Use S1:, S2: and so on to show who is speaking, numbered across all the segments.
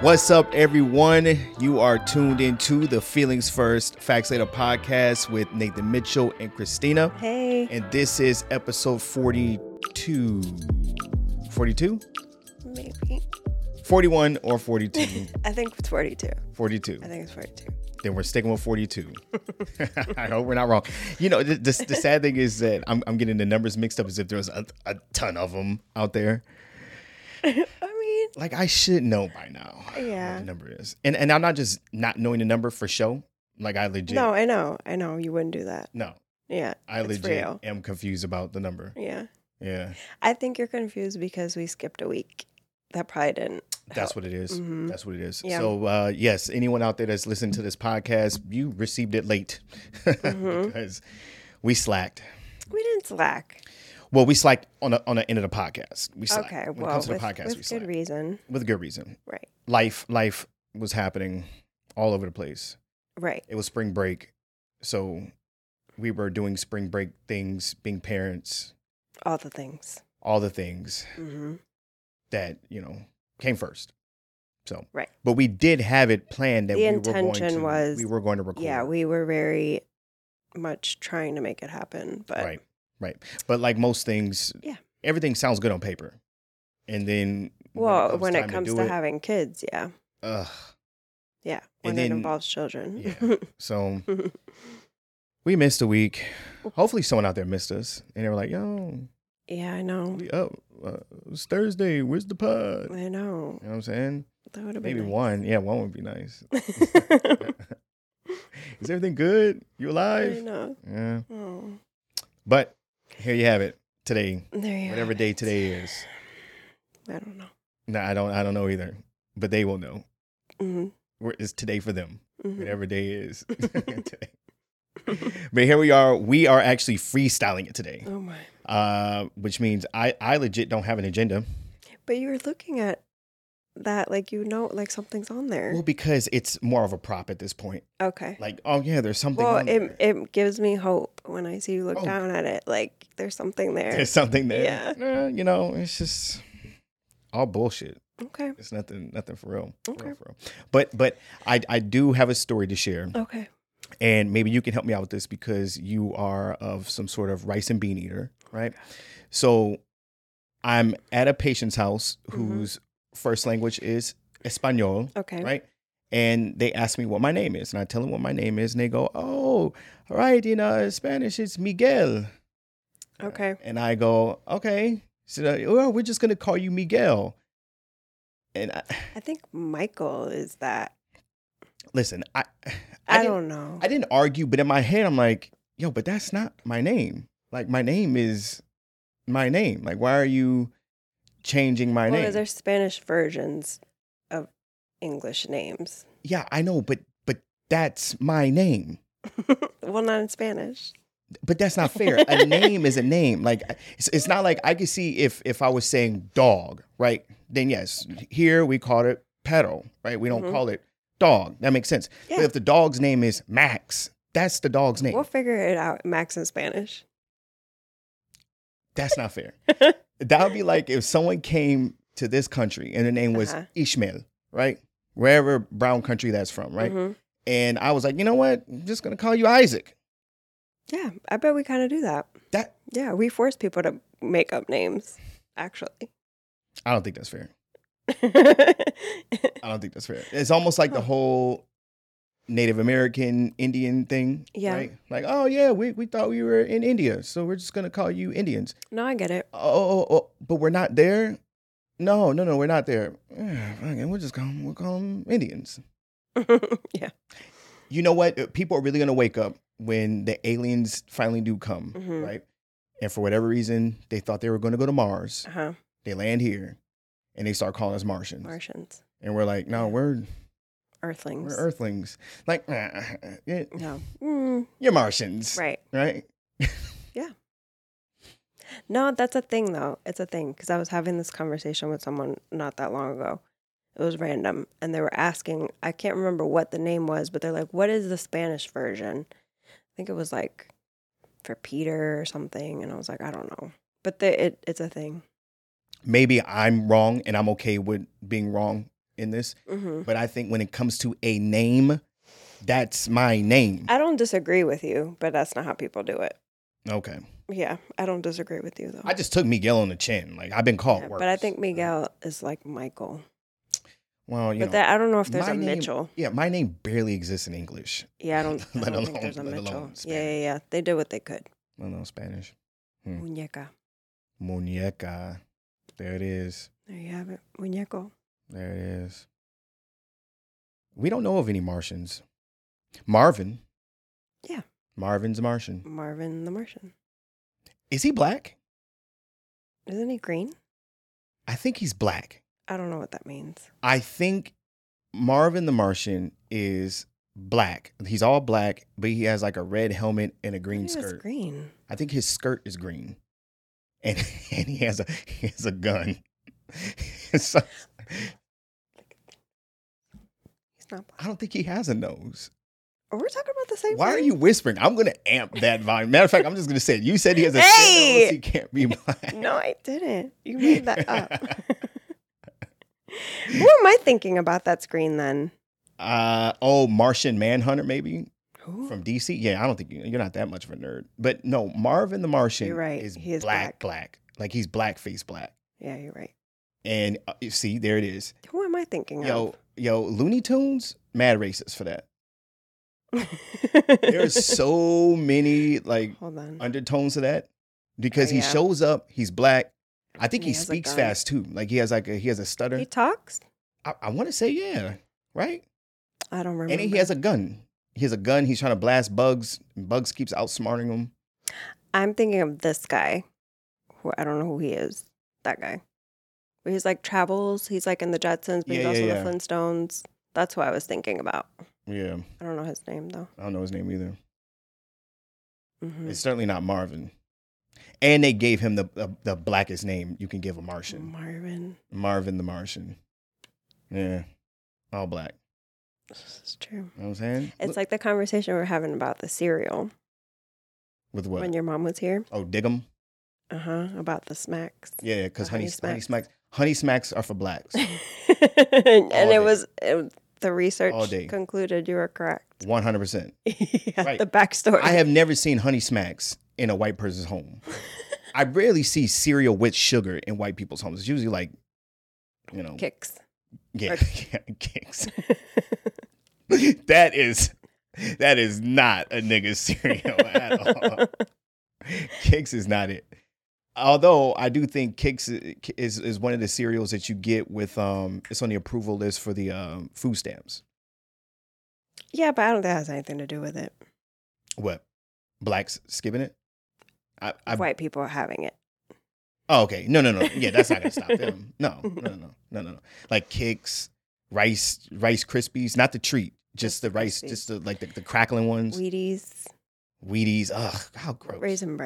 S1: What's up, everyone? You are tuned into the Feelings First Facts Later podcast with Nathan Mitchell and Christina.
S2: Hey.
S1: And this is episode 42. 42?
S2: Maybe.
S1: 41 or 42?
S2: I think it's 42.
S1: 42.
S2: I think it's 42.
S1: Then we're sticking with 42. I hope we're not wrong. You know, the, the, the sad thing is that I'm, I'm getting the numbers mixed up as if there was a, a ton of them out there.
S2: I
S1: Like, I should know by now
S2: mean,
S1: what
S2: yeah.
S1: the number is. And, and I'm not just not knowing the number for show. Like, I legit.
S2: No, I know. I know. You wouldn't do that.
S1: No,
S2: Yeah.
S1: I
S2: it's
S1: legit
S2: real.
S1: am confused about the number.
S2: Yeah.
S1: Yeah,
S2: I think you're confused because we skipped a week. That probably didn't.
S1: that's what it is.
S2: Mhm.
S1: That's what it is.
S2: Yeah.
S1: So, uh, yes, anyone out there that's listening to this podcast, you received it late
S2: Mhm.
S1: because we slacked.
S2: We didn't slack.
S1: Well, we slacked on a, on the end of the podcast. We slacked.
S2: Okay.
S1: when it
S2: well,
S1: comes to
S2: with,
S1: the podcast,
S2: with
S1: we
S2: good
S1: slacked
S2: reason.
S1: with good reason.
S2: Right.
S1: Life, life was happening all over the place.
S2: Right.
S1: It was spring break, so we were doing spring break things, being parents,
S2: All the things.
S1: all the things.
S2: Mm-hmm.
S1: that you know came first. So
S2: Right.
S1: but we did have it planned that
S2: The
S1: we were going
S2: intention
S1: to,
S2: was-
S1: we were going to record.
S2: Yeah. We were very much trying to make it happen, but
S1: right, right. But like most things,
S2: Yeah.
S1: everything sounds good on paper, and then
S2: well, when it comes,
S1: time
S2: to,
S1: do it,
S2: having kids, yeah.
S1: ugh,
S2: Yeah. When it
S1: then-
S2: involves children.
S1: yeah. so we missed a week. Hopefully, someone out there missed us, and they were like, "Yo,
S2: yeah, I know.
S1: we up? Uh, it's Thursday. Where's the pod?" You
S2: I know.
S1: know what I'm saying?
S2: That would have
S1: Maybe
S2: been nice.
S1: one. Yeah, one would be nice.
S2: I
S1: Is everything good? You alive?
S2: know.
S1: Yeah.
S2: Oh,
S1: But here you have it today,
S2: there you
S1: whatever
S2: have
S1: day
S2: it.
S1: today is.
S2: I don't know.
S1: No, I don't. I don't know either. But they will know.
S2: Mhm,
S1: Where- It's today for them.
S2: mhm.
S1: Whatever day is today. But here we are. We are actually freestyling it today,
S2: Oh my!
S1: uh, which means I I legit don't have an agenda.
S2: Mm. But you were looking at that like you know, like something's on there.
S1: Well, because it's more of a prop at this point.
S2: okay.
S1: Like, oh yeah, there's something.
S2: Well,
S1: on
S2: it
S1: there.
S2: it gives me hope when I see you look
S1: Oh.
S2: down at it. Like there's something there.
S1: there's something there.
S2: Yeah.
S1: Eh, you know, it's just all bullshit.
S2: Okay.
S1: It's nothing, nothing for real. For real,
S2: Okay.
S1: for real. But but I I do have a story to share.
S2: Okay.
S1: and maybe you can help me out with this because you are of some sort of rice and bean eater, right? So I'm at a patient's house
S2: Mhm.
S1: whose first language is Espanol,
S2: Okay.
S1: right? And they ask me what my name is, and I tell them what my name is, and they go, "Oh, all right, in uh, Spanish it's Miguel."
S2: Okay.
S1: And I go, "Okay, so uh, well, we're just gonna call you Miguel." And I,
S2: I think Michael is that.
S1: listen, I I,
S2: I,
S1: didn't-
S2: don't know.
S1: I didn't argue, but in my head, I'm like, yo, but that's not my name. Like, my name is my name. Like, why are you changing my
S2: well,
S1: name?
S2: there's Spanish versions of English names.
S1: yeah, I know, but but that's my name.
S2: well, not in Spanish.
S1: But that's not fair. a name is a name. Like, it's, it's not like I could see if if I was saying dog, right? Then yes, here we call it petal, right? We don't
S2: Mhm.
S1: call it dog. That makes sense. But
S2: Yeah.
S1: if the dog's name is Max, that's the dog's name.
S2: We'll figure it out, Max, in Spanish.
S1: That's not fair. that would be like if someone came to this country and the name was
S2: Uh-huh.
S1: Ishmael, right? Wherever brown country that's from, right?
S2: Mhm.
S1: And I was like, you know what? I'm just gonna call you Isaac.
S2: Yeah, I bet we kind of do that.
S1: That
S2: Yeah, we force people to make up names, actually.
S1: I don't think that's fair.
S2: yeah,
S1: I don't think that's fair. It's almost like the
S2: Huh.
S1: whole Native American Indian thing,
S2: Yeah.
S1: right? Like, oh yeah, we we thought we were in India, so we're just gonna call you Indians.
S2: no, I get it.
S1: Oh, oh, oh, oh, but we're not there. No, no, no, we're not there. Yeah, fuck it, we'll just call 'em- we'll call them Indians.
S2: yeah.
S1: you know what? Uh, People are really gonna wake up when the aliens finally do come,
S2: Mhm.
S1: right? And for whatever reason, they thought they were gonna go to Mars.
S2: Uh huh.
S1: They land here, and they start calling us Martians.
S2: Martians,
S1: And we're like, no, we're
S2: Earthlings.
S1: we're Earthlings. Like, "Nah, yeah,
S2: no. Mm,
S1: you're Martians,
S2: right.
S1: right?
S2: No, that's a thing, though. It's a thing. Because I was having this conversation with someone not that long ago. It was random. And they were asking, I can't remember what the name was, but they're like, what is the Spanish version? think it was like for Peter or something, and I was like, I don't know, but the, it it's a thing.
S1: Maybe I'm wrong and I'm okay with being wrong in this,
S2: hmm
S1: but I think when it comes to a name, that's my name.
S2: I don't disagree with you, but that's not how people do it.
S1: Okay.
S2: Yeah, I don't disagree with you though.
S1: I just took Miguel on the chin. Like I've been called
S2: Yeah,
S1: worse.
S2: but I think Miguel is like Michael.
S1: Well, you
S2: But
S1: know,
S2: that I don't know if there's
S1: my
S2: a
S1: name-
S2: Mitchell.
S1: yeah, my name barely exists in English.
S2: Yeah, I don't, I
S1: Let
S2: don't think
S1: alone-
S2: there's a
S1: let alone
S2: Mitchell. Yeah, yeah,
S1: Spanish.
S2: yeah. They did what they could.
S1: Well, no Spanish. Hmm.
S2: Muñeca.
S1: Muñeca. There it is.
S2: There you have it. Muñeco.
S1: There it is. We don't know of any Martians. Marvin.
S2: Yeah.
S1: Marvin's a Martian.
S2: Marvin the Martian.
S1: Is he black?
S2: Isn't he green?
S1: I think he's black.
S2: I don't know what that means.
S1: I think Marvin the Martian is black. He's all black, but he has like a red helmet and a green
S2: Maybe It's
S1: skirt.
S2: green.
S1: I think his skirt is green, and and he has a he has a gun. so,
S2: He's not black.
S1: I don't think he has a nose.
S2: Oh, we're talking about the same.
S1: Why are
S2: thing?
S1: you whispering? I'm gonna amp that volume. Matter of fact, I'm just gonna say it. You said he has a
S2: Hey!
S1: thin nose. He can't be black.
S2: No, I didn't. You made that up. Who am I thinking about that's green then?
S1: Uh, oh, Martian Manhunter maybe
S2: Who?
S1: from DC. Yeah, I don't think you- you're not that much of a nerd. But no, Marvin the Martian
S2: You're right.
S1: is,
S2: He is
S1: black, black.
S2: black.
S1: Like he's blackface black.
S2: yeah, you're right.
S1: And uh, you see, there it is.
S2: Who am I thinking
S1: Yo, yo, Looney Tunes, mad racist for that.
S2: of?
S1: There's so many like
S2: Hold on.
S1: undertones to that because
S2: Oh,
S1: he
S2: yeah.
S1: shows up. He's black. I think
S2: And
S1: he,
S2: he has a
S1: speaks
S2: gun.
S1: fast too. Like he has like a, he has a stutter.
S2: He talks.
S1: I, I want to say yeah, right.
S2: I don't remember.
S1: And he has a gun. He has a gun. He's trying to blast bugs. Bugs keeps outsmarting him.
S2: I'm thinking of this guy. Who I don't know who he is. That guy. But he's like travels. He's like in the Jetsons,
S1: Yeah,
S2: but he's
S1: yeah,
S2: also
S1: yeah.
S2: in the Flintstones. That's who I was thinking about.
S1: Yeah,
S2: I don't know his name though.
S1: I don't know his name either.
S2: Mhm.
S1: It's certainly not Marvin. And they gave him the, the the blackest name you can give a Martian,
S2: Marvin.
S1: Marvin the Martian. Yeah, all black.
S2: This is true.
S1: You know what I'm saying?
S2: It's like the conversation we we're having about the cereal
S1: with what?
S2: when your mom was here.
S1: oh, dig 'em.
S2: Uh huh. About the smacks.
S1: Yeah, because
S2: The
S1: honey,
S2: honey
S1: honey, honey smacks, honey smacks are for blacks.
S2: and
S1: All day.
S2: it was it, the research
S1: All day.
S2: concluded you were correct.
S1: One hundred percent.
S2: yeah,
S1: Right.
S2: The backstory.
S1: I have never seen honey smacks in a white person's home. I rarely see cereal with sugar in white people's homes. It's usually like, you know,
S2: kicks.
S1: yeah, yeah, kicks. that is, that is not a nigga cereal at all. Kicks is not it. Although I do think Kicks i- is is one of the cereals that you get with um, it's on the approval list for the um, food stamps.
S2: yeah, but I don't think that has anything to do with it.
S1: What blacks skipping it? I, I
S2: White people having it.
S1: Oh, okay. No, no, no. Yeah, that's not gonna stop them. No, no, no, no, no, no, no. Like kicks, rice, rice krispies, not the treat, just
S2: Just
S1: the
S2: the
S1: rice,
S2: Krispies.
S1: just the like the, the crackling ones.
S2: Wheaties,
S1: Wheaties. Ugh, how gross. Raisin,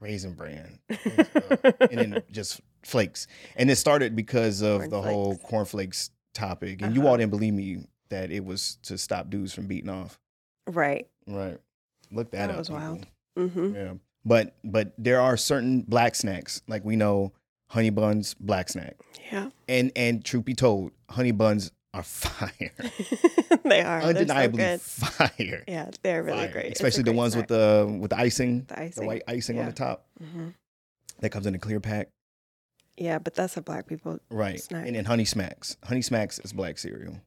S2: Raisin Bran.
S1: bran, Ugh. and
S2: and
S1: then just flakes. And it started because of the
S2: Cornflakes.
S1: whole cornflakes topic. And you
S2: Uh-huh.
S1: all didn't believe me that it was to stop dudes from beating off.
S2: right.
S1: Right. Look that,
S2: That
S1: up.
S2: was
S1: people.
S2: wild. Mm-hmm.
S1: Yeah. But but there are certain black snacks like we know honey buns, black snack.
S2: Yeah,
S1: And and truth be told, honey buns are fire.
S2: they are.
S1: Undeniably
S2: They're so good.
S1: fire.
S2: Yeah, they're really
S1: Fire.
S2: great.
S1: Especially the ones with the with the icing,
S2: the icing.
S1: the white icing on
S2: Yeah.
S1: the top
S2: hmm
S1: that comes in a clear pack.
S2: Yeah, but that's a black people.
S1: Right.
S2: Snack.
S1: And then honey smacks. Honey smacks is black cereal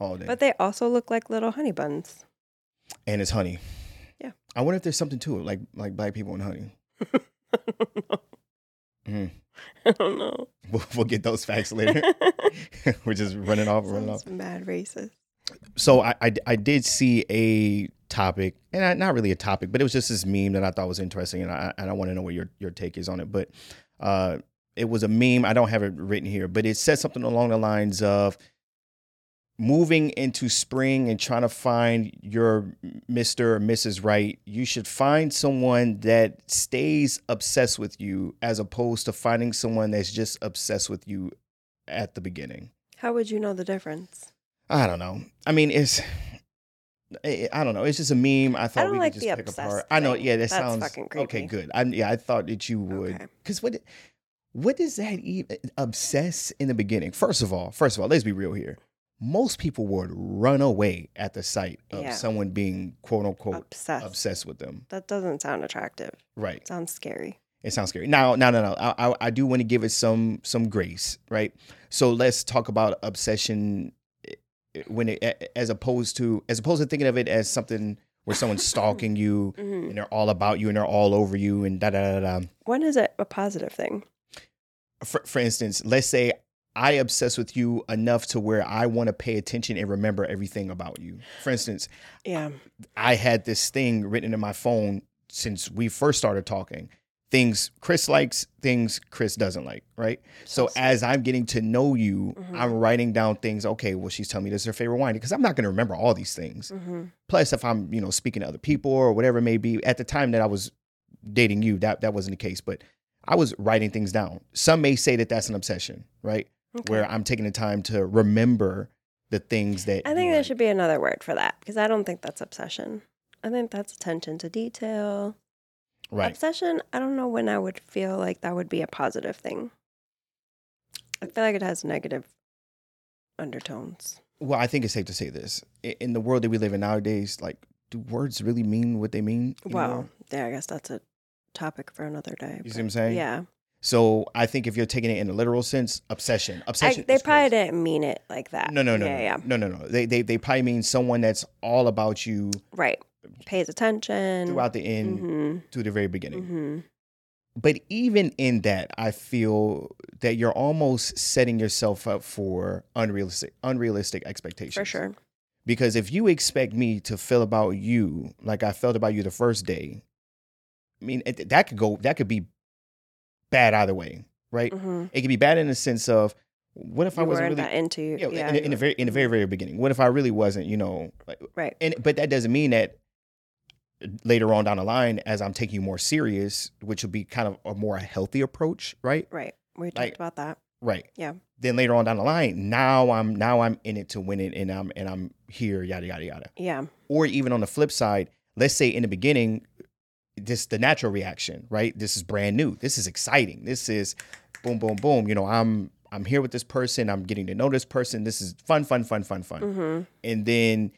S1: all day.
S2: But they also look like little honey buns.
S1: and it's honey.
S2: Yeah.
S1: I wonder if there's something to it, like like black people and honey. Mm.
S2: I don't know.
S1: We'll, we'll get those facts later.
S2: Sounds
S1: We're just running off, running off.
S2: mad racist.
S1: so I, I I did see a topic, and I, not really a topic, but it was just this meme that I thought was interesting, and I and I want to know what your your take is on it. But uh, it was a meme. I don't have it written here, but it said something along the lines of moving into spring and trying to find your Mister or Mrs. Right. You should find someone that stays obsessed with you, as opposed to finding someone that's just obsessed with you at the beginning.
S2: How would you know the difference?
S1: I don't know. I mean, it's I eh, I don't know. It's just a meme. I thought
S2: don't
S1: we
S2: like
S1: could
S2: the
S1: just pick
S2: obsessed
S1: apart. I know.
S2: thing.
S1: Yeah, that
S2: That's
S1: sounds
S2: fucking
S1: okay.
S2: creepy.
S1: Good. I, yeah, I thought that you would.
S2: Okay.
S1: Because what, what does that even obsess in the beginning? First of all, first of all, let's be real here. Most people would run away at the sight of
S2: Yeah.
S1: someone being quote unquote
S2: Obsessed.
S1: Oh, obsessed with them.
S2: That doesn't sound attractive.
S1: Right.
S2: sounds scary.
S1: It sounds scary. Now, no, no, no. I, I, I do want to give it some some grace, right? So let's talk about obsession eh, eh, when it a- as opposed to as opposed to thinking of it as something where someone's stalking you
S2: Mhm.
S1: and they're all about you and they're all over you and da da da da.
S2: When is it a positive thing?
S1: For, for instance, let's say I obsess with you enough to where I want to pay attention and remember everything about you. For instance,
S2: Yeah.
S1: I had this thing written in my phone since we first started talking. Things Chris likes, things Chris doesn't like, right? So
S2: Sounds-
S1: as I'm getting to know you,
S2: Mhm.
S1: I'm writing down things. Okay, well, she's telling me this is her favorite wine because I'm not going to remember all these things.
S2: Mhm.
S1: Plus, if I'm you know speaking to other people or whatever it may be, at the time that I was dating you, that that wasn't the case, but I was writing things down. Some may say that that's an obsession, right?
S2: Okay.
S1: Where I'm taking the time to remember the things that
S2: I
S1: you
S2: think there
S1: like.
S2: should be another word for that because I don't think that's obsession. I think that's attention to detail.
S1: right.
S2: Obsession, I don't know when I would feel like that would be a positive thing. I feel like it has negative undertones.
S1: Well, I think it's safe to say this I- in the world that we live in nowadays. Like, do words really mean what they mean?
S2: Wow.
S1: anymore?
S2: Yeah, I guess that's a topic for another day.
S1: you
S2: but-
S1: see what I'm saying?
S2: Yeah.
S1: So I think if you're taking it in a literal sense, obsession,
S2: I,
S1: obsession.
S2: they
S1: is
S2: probably
S1: crazy.
S2: didn't mean it like that.
S1: No, no, no,
S2: Yeah,
S1: no,
S2: yeah.
S1: no, no, no. They, they, they probably mean someone that's all about you
S2: Right. Pays attention.
S1: throughout the end
S2: hmm
S1: to the very beginning.
S2: hmm
S1: But even in that, I feel that you're almost setting yourself up for unrealistic, unrealistic expectations.
S2: For sure.
S1: Because if you expect me to feel about you like I felt about you the first day, I mean it, that could go that could be bad either way, right?
S2: hmm
S1: It could be bad in the sense of what if I
S2: You
S1: wasn't
S2: weren't
S1: really
S2: that into you.
S1: you know,
S2: yeah,
S1: in, the- in
S2: you
S1: the
S2: were-
S1: very in the very very beginning? What if I really wasn't, you know? like-
S2: Right.
S1: And but that doesn't mean that later on down the line, as I'm taking you more serious, which will be kind of a more healthy approach, right?
S2: Right. We talked
S1: Like-
S2: about that.
S1: Right.
S2: Yeah.
S1: Then later on down the line, now I'm now I'm in it to win it, and I'm and I'm here, yada yada yada.
S2: Yeah.
S1: or even on the flip side, let's say in the beginning, this the natural reaction, right? This is brand new. This is exciting. This is boom, boom, boom. You know, I'm I'm here with this person. I'm getting to know this person. This is fun, fun, fun, fun, fun.
S2: hmm
S1: And then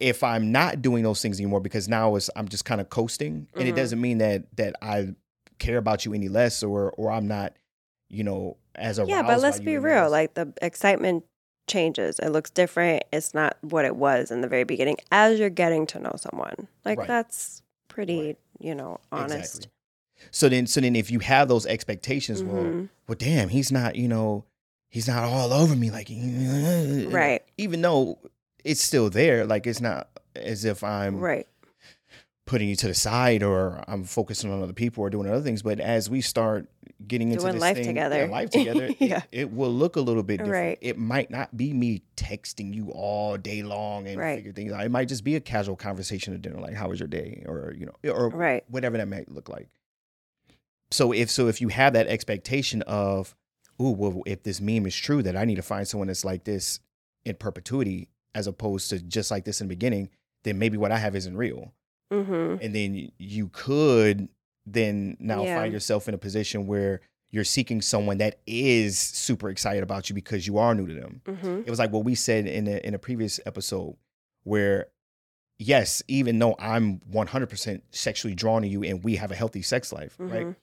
S1: if I'm not doing those things anymore because now it's I'm just kind of coasting, and it
S2: Mhm.
S1: doesn't mean that that I care about you any less or or I'm not, you know, as a
S2: Yeah, but let's be real. Like the excitement changes. It looks different. It's not what it was in the very beginning as you're getting to know someone. Like
S1: Right.
S2: that's pretty,
S1: Right.
S2: you know, honest.
S1: So then, so then, if you have those expectations, well,
S2: Mhm.
S1: well, damn, he's not, you know, he's not all over me. Like,
S2: Right.
S1: Even though it's still there, like, it's not as if I'm
S2: Right.
S1: putting you to the side or I'm focusing on other people or doing other things. But as we start getting into
S2: Doing
S1: this
S2: life
S1: thing,
S2: together.
S1: yeah, life together, it-
S2: Yeah.
S1: it, will look a little bit different.
S2: Right.
S1: It might not be me texting you all day long and
S2: Right.
S1: figure things out. It might just be a casual conversation at dinner, like, how was your day? Or, you know, or
S2: Right.
S1: whatever that may look like. So if so, if you have that expectation of, oh, well, if this meme is true, that I need to find someone that's like this in perpetuity, as opposed to just like this in the beginning, then maybe what I have isn't real,
S2: hmm
S1: and then you could then now
S2: Yeah.
S1: find yourself in a position where you're seeking someone that is super excited about you because you are new to them
S2: hmm
S1: it was like what we said in a, in a previous episode where yes even though i'm 100% sexually drawn to you and we have a healthy sex life right
S2: Mhm.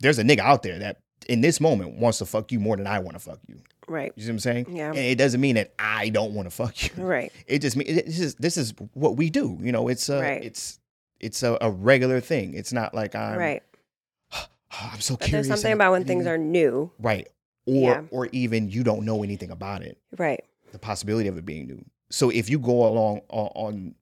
S1: there's a nigga out there that in this moment wants to fuck you more than i want to fuck you
S2: Right.
S1: you see what i'm saying
S2: Yeah.
S1: and it doesn't mean that i don't want to fuck you
S2: Right.
S1: it just means this is this is what we do you know it's a
S2: Right.
S1: it's it's a, a regular thing it's not like i'm "Oh,
S2: right.
S1: i'm so
S2: But
S1: curious
S2: there's something
S1: and I-
S2: about when things are new.
S1: right or
S2: Yeah.
S1: or even you don't know anything about it
S2: Right.
S1: the possibility of it being new. So if you go along on, on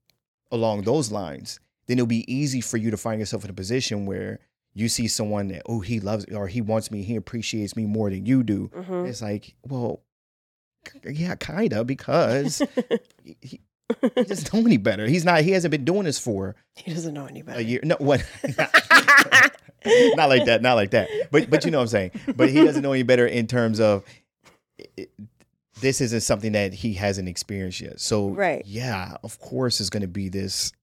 S1: along those lines, then it'll be easy for you to find yourself in a position where you see someone that oh he loves or he wants me, he appreciates me more than you do.
S2: hmm
S1: It's like well, k- yeah, kinda because he, he he doesn't know any better. He's not. He hasn't been doing this for
S2: he doesn't know any
S1: a
S2: better.
S1: year. No, what? not like that. Not like that. But but you know what I'm saying. But he doesn't know any better in terms of. It, this isn't something that he hasn't experienced yet. So
S2: Right.
S1: yeah, of course it's going to be this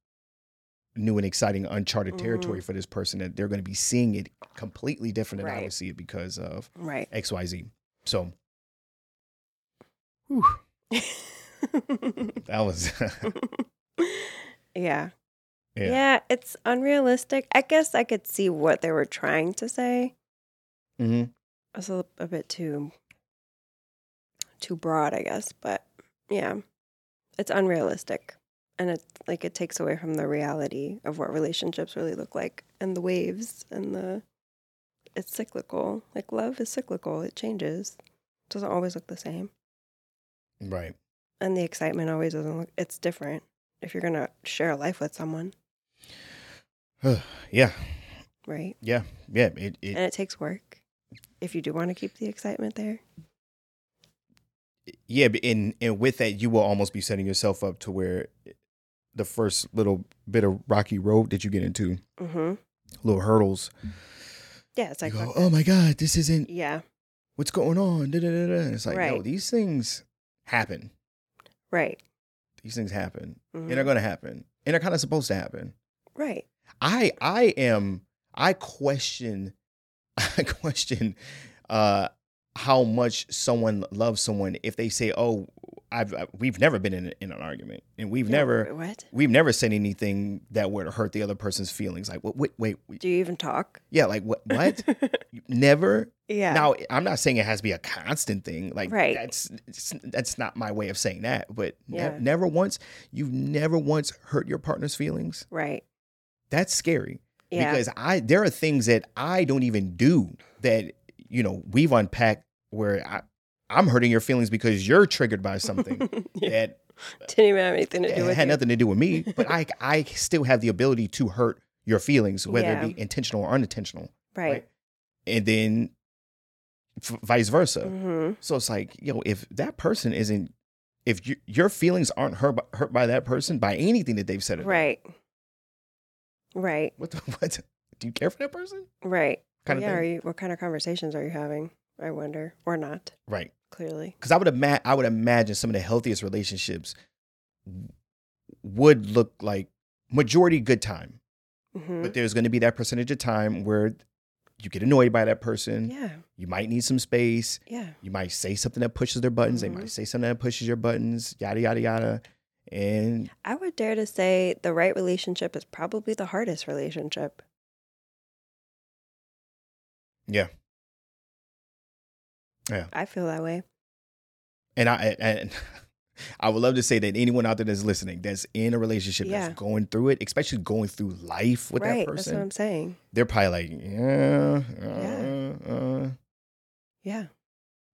S1: new and exciting uncharted
S2: Mhm.
S1: territory for this person that they're going to be seeing it completely different than I would
S2: Right.
S1: see it because of
S2: Right.
S1: XYZ. So that was
S2: yeah. yeah.
S1: yeah.
S2: it's unrealistic. I guess I could see what they were trying to say. Mm-hmm.
S1: hmm
S2: It was a, a bit too too broad, I guess, but yeah. It's unrealistic. And it's like it takes away from the reality of what relationships really look like and the waves and the it's cyclical. Like love is cyclical. It changes. It doesn't always look the same.
S1: Right.
S2: And the excitement always doesn't look it's different if you're gonna share a life with someone,
S1: yeah.
S2: right?
S1: Yeah. Yeah. It, it
S2: and it takes work if you do want to keep the excitement there.
S1: yeah but and and with that you will almost be setting yourself up to where eh, the first little bit of rocky road that you get into
S2: Mm-hmm.
S1: little hurdles
S2: Yeah, it's
S1: you
S2: like,
S1: go
S2: fuck
S1: oh
S2: that.
S1: my god this isn't
S2: yeah,
S1: what's going on da, da, da, da. And it's like no
S2: Right.
S1: these things happen
S2: right,
S1: these things happen
S2: Mhm.
S1: and they're going to happen and they're kind of supposed to happen
S2: right.
S1: I I am I question I question uh how much someone loves someone if they say oh I've I, we've never been in, a- in an argument and we've
S2: Yeah,
S1: never
S2: wait, What
S1: we've never said anything that would hurt the other person's feelings like what wait wait, wait
S2: do you even talk?
S1: yeah like what what never
S2: yeah.
S1: now I'm not saying it has to be a constant thing like
S2: Right.
S1: that's it's- that's not my way of saying that but ne-
S2: Yeah.
S1: never once you've never once hurt your partner's feelings
S2: right.
S1: that's scary
S2: Yeah.
S1: because I there are things that I don't even do that you know we've unpacked where I I'm hurting your feelings because you're triggered by something
S2: yeah.
S1: that,
S2: Didn't even have anything to
S1: that
S2: do with
S1: had
S2: you.
S1: nothing to do with me, but I I still have the ability to hurt your feelings whether
S2: Yeah.
S1: it be intentional or unintentional,
S2: Right.
S1: and then f- vice versa.
S2: Mm-hmm.
S1: So it's like you know if that person isn't if you, your feelings aren't hurt by, hurt by that person by anything that they've said, about,
S2: Right. Right.
S1: What the, what? Do you care for that person?
S2: Right.
S1: Kind of
S2: yeah.
S1: thing.
S2: Are you? What kind of conversations are you having? I wonder, or not?
S1: Right.
S2: Clearly.
S1: because I would ima- I would imagine some of the healthiest relationships w- would look like majority good time,
S2: Mm-hmm.
S1: but there's going to be that percentage of time where you get annoyed by that person.
S2: yeah.
S1: You might need some space.
S2: Yeah.
S1: You might say something that pushes their buttons.
S2: Mhm.
S1: They might say something that pushes your buttons. Yada yada yada. And
S2: I would dare to say the right relationship is probably the hardest relationship.
S1: Yeah. Yeah.
S2: I feel that way.
S1: and I and I would love to say that anyone out there that's listening, that's in a relationship,
S2: Yeah.
S1: that's going through it, especially going through life with
S2: right.
S1: that person.
S2: That's what I'm saying.
S1: they're probably like, yeah,
S2: Yeah.
S1: uh, uh.
S2: Yeah.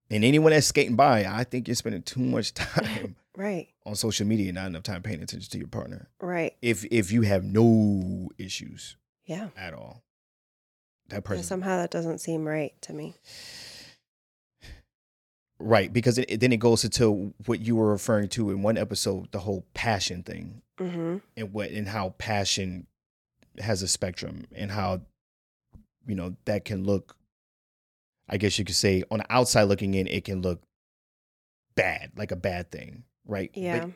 S1: And anyone that's skating by, I think you're spending too much time
S2: Right.
S1: on social media and not enough time paying attention to your partner.
S2: Right.
S1: If if you have no issues
S2: Yeah.
S1: at all, that
S2: Yeah,
S1: person
S2: Somehow that doesn't seem right to me.
S1: right because it, it- then it goes into what you were referring to in one episode, the whole passion thing,
S2: Mm-hmm.
S1: and what and how passion has a spectrum and how you know that can look. I guess you could say on the outside looking in, it can look bad, like a bad thing, right? But
S2: Yeah.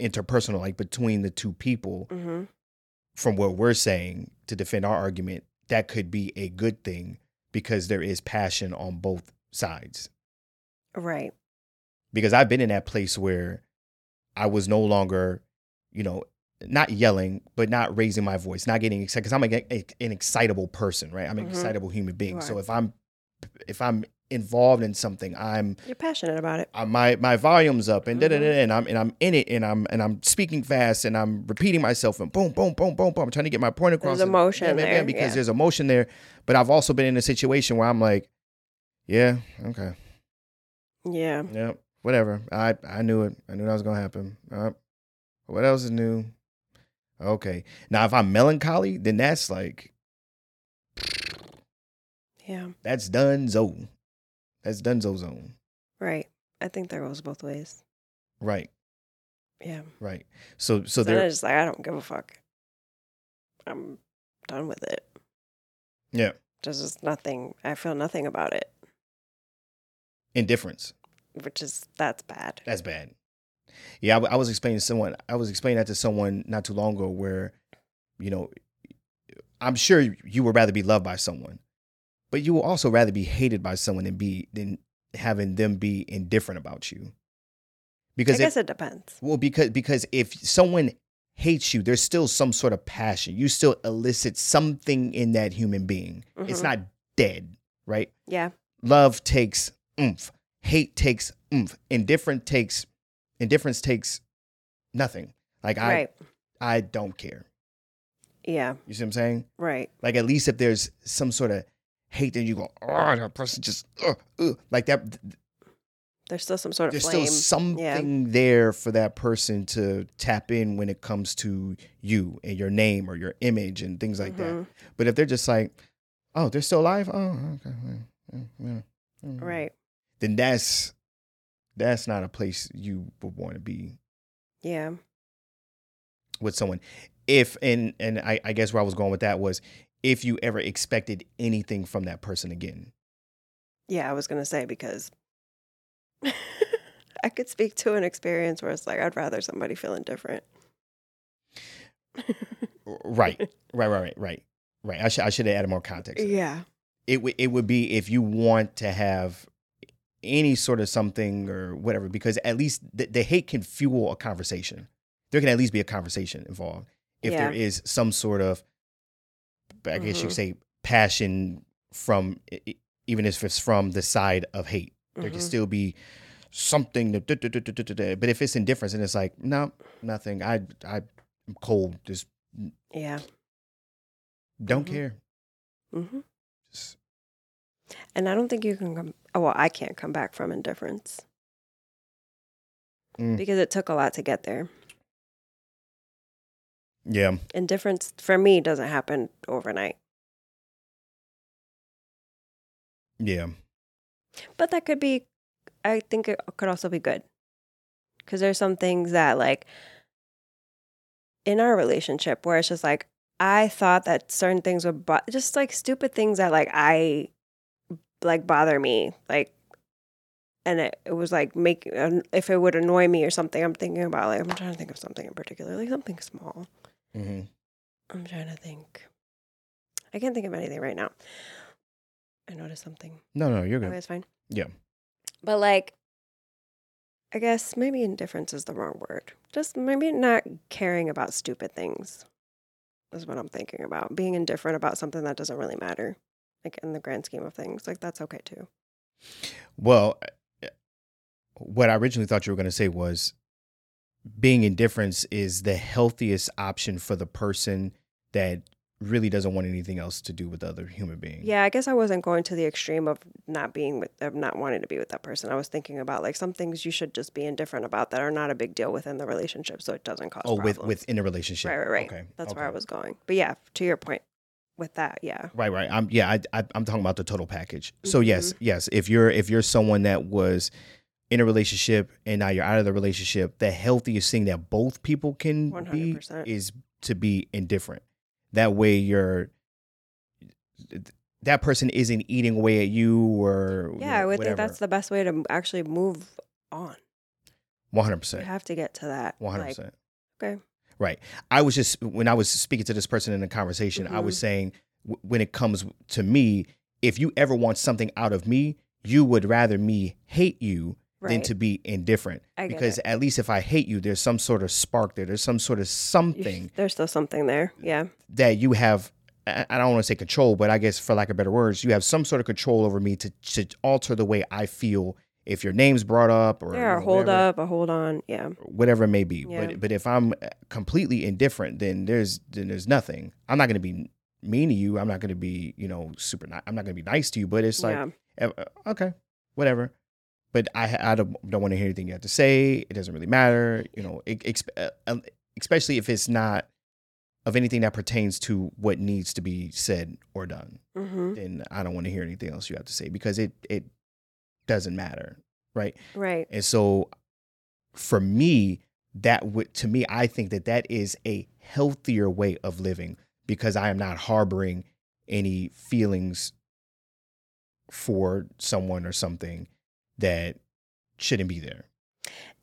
S1: interpersonal, like between the two people,
S2: mm-hmm.
S1: from what we're saying to defend our argument, that could be a good thing because there is passion on both sides.
S2: Right.
S1: Because I've been in that place where I was no longer, you know, not yelling, but not raising my voice, not getting excited. Because I'm a, a- an excitable person, right? I'm an
S2: Mhm.
S1: excitable human being.
S2: are.
S1: So if I'm if I'm involved in something, I'm
S2: You're passionate about it.
S1: I, my my volume's up and da da da
S2: Mhm.
S1: da, and I'm and I'm in it and I'm and I'm speaking fast and I'm repeating myself and boom boom boom boom boom. I'm trying to get my point across.
S2: There's
S1: and
S2: emotion
S1: bam, bam,
S2: there,
S1: bam, because
S2: yeah.
S1: there's emotion there. But I've also been in a situation where I'm like, yeah, okay,
S2: Yeah.
S1: yeah, whatever. I I knew it. I knew that was gonna happen. Uh, what else is new? Okay. Now if I'm melancholy, then that's like
S2: Yeah.
S1: that's Dunzo. That's Dunzo zone.
S2: Right. I think that goes both ways.
S1: Right.
S2: Yeah.
S1: Right. So so
S2: So then
S1: there.
S2: it's just like I don't give a fuck. I'm done with it.
S1: Yeah.
S2: There's just nothing. I feel nothing about it.
S1: Indifference.
S2: which is that's bad.
S1: That's bad. Yeah, I, w- I was explaining to someone. I was explaining that to someone not too long ago, where, you know, I'm sure you would rather be loved by someone, but you will also rather be hated by someone than be than having them be indifferent about you.
S2: I
S1: Because if,
S2: guess it depends.
S1: well, because because if someone hates you, there's still some sort of passion. You still elicit something in that human being. It's
S2: Mhm.
S1: not dead, right?
S2: Yeah.
S1: love takes oomph, hate takes oomph, indifference takes indifference takes nothing. Like I
S2: right.
S1: I don't care.
S2: Yeah.
S1: You see what I'm saying?
S2: Right.
S1: Like at least if there's some sort of hate, then you go, oh, that person just uh, uh," like that. th-
S2: There's still some sort of
S1: There's
S2: flame.
S1: still something there for that person to tap in when it comes to you and your name or your image and things like that.
S2: Mhm.
S1: But if they're just like, oh, they're still alive. Oh, okay, yeah, yeah, yeah.
S2: Right.
S1: then that's that's not a place you would want to be
S2: Yeah.
S1: with someone if and and I, I guess where i was going with that was if you ever expected anything from that person again
S2: Yeah, I was gonna say because I could speak to an experience where it's like I'd rather somebody feel indifferent.
S1: R- right right right right right right i, should I should have added more context
S2: yeah.
S1: it, would it would be if you want to have any sort of something or whatever because at least the, the hate can fuel a conversation there can at least be a conversation involved if there is some sort of i guess you
S2: Mhm.
S1: say passion from e- e- even if it's from the side of hate there can
S2: Mhm.
S1: still be something that, duh, duh, duh, duh, duh, duh, duh. but if it's indifference and it's like no nothing i i'm cold just
S2: Yeah.
S1: don't
S2: Mhm.
S1: care
S2: hmm
S1: just,
S2: And I don't think you can come. Oh well, I can't come back from indifference
S1: Mm.
S2: because it took a lot to get there.
S1: yeah
S2: Indifference for me doesn't happen overnight,
S1: yeah
S2: but that could be. I think it could also be good because there's some things that like in our relationship where it's just like I thought that certain things would bo- just like stupid things that like I like bother me like and it, it was like make an- if it would annoy me or something I'm thinking about like I'm trying to think of something in particular like something small
S1: hmm
S2: I'm trying to think I can't think of anything right now I noticed something
S1: no no you're good
S2: okay it's fine
S1: Yeah.
S2: but like I guess maybe indifference is the wrong word just maybe not caring about stupid things is what I'm thinking about being indifferent about something that doesn't really matter like in the grand scheme of things like that's okay too
S1: Well, uh, what I originally thought you were going to say was being indifference is the healthiest option for the person that really doesn't want anything else to do with the other human being.
S2: Yeah, I guess I wasn't going to the extreme of not being with, of not wanting to be with that person. I was thinking about like some things you should just be indifferent about that are not a big deal within the relationship, so it doesn't cause.
S1: Oh, with
S2: problems.
S1: within a relationship.
S2: Right, right, right.
S1: Okay.
S2: That's
S1: okay.
S2: where I was going. But yeah, to your point, with that, yeah,
S1: Right, right. I'm yeah. I, I I'm talking about the total package. So
S2: Mm-hmm.
S1: yes, yes. If you're if you're someone that was in a relationship and now you're out of the relationship, the healthiest thing that both people can be
S2: 100%.
S1: is to be indifferent. That way, you're that person isn't eating away at you or you
S2: yeah,
S1: know,
S2: I would
S1: whatever.
S2: think that's the best way to m- actually move on.
S1: one hundred
S2: You
S1: percent,
S2: have to get to that.
S1: one hundred
S2: like,
S1: percent.
S2: okay.
S1: Right. I was just when I was speaking to this person in a conversation, I
S2: Mm-hmm.
S1: was saying w- when it comes to me, if you ever want something out of me, you would rather me hate you than
S2: right.
S1: to be indifferent.
S2: I get
S1: because
S2: it.
S1: at least if I hate you, there's some sort of spark there. There's some sort of something
S2: There's still something there. Yeah.
S1: that you have. I I don't want to say control, but I guess for lack of better words, you have some sort of control over me to, to alter the way I feel if your name's brought up or
S2: There
S1: you
S2: are
S1: know,
S2: hold
S1: whatever
S2: up, a hold on. Yeah.
S1: whatever it may be.
S2: Yeah.
S1: But but if I'm uh, completely indifferent, then there's then there's nothing. I'm not gonna be mean to you. I'm not gonna be you know super. Ni- I'm not gonna be nice to you. But it's like
S2: yeah.
S1: eh, okay, whatever. But I I don't don't want to hear anything you have to say. It doesn't really matter. You know, ex- ex- uh, um, especially if it's not of anything that pertains to what needs to be said or done.
S2: hmm
S1: Then I don't want to hear anything else you have to say because it it doesn't matter, right?
S2: Right.
S1: And so for me, that would to me, I think that that is a healthier way of living because I am not harboring any feelings for someone or something that shouldn't be there.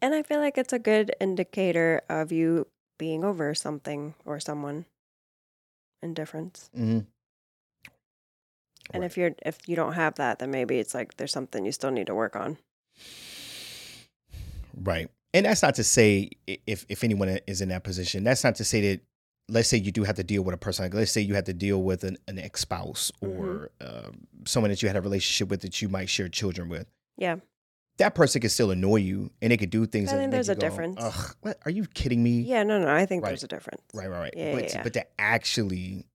S2: And I feel like it's a good indicator of you being over something or someone. Indifference.
S1: Mm-hmm.
S2: And
S1: Right.
S2: if you're if you don't have that, then maybe it's like there's something you still need to work on.
S1: Mm-hmm. Right. And that's not to say i- if if anyone is in that position, that's not to say that let's say you do have to deal with a person like let's say you have to deal with an, an ex-spouse or
S2: Mm-hmm.
S1: um, someone that you had a relationship with that you might share children with.
S2: Yeah.
S1: That person can still annoy you and they could do things
S2: I
S1: that
S2: think
S1: make
S2: there's
S1: you
S2: a
S1: go,
S2: difference.
S1: Ugh, what, are you kidding me?
S2: Yeah, no, no, I think
S1: Right.
S2: there's a difference.
S1: Right, right, right.
S2: Yeah,
S1: but
S2: yeah,
S1: to-
S2: yeah.
S1: but to actually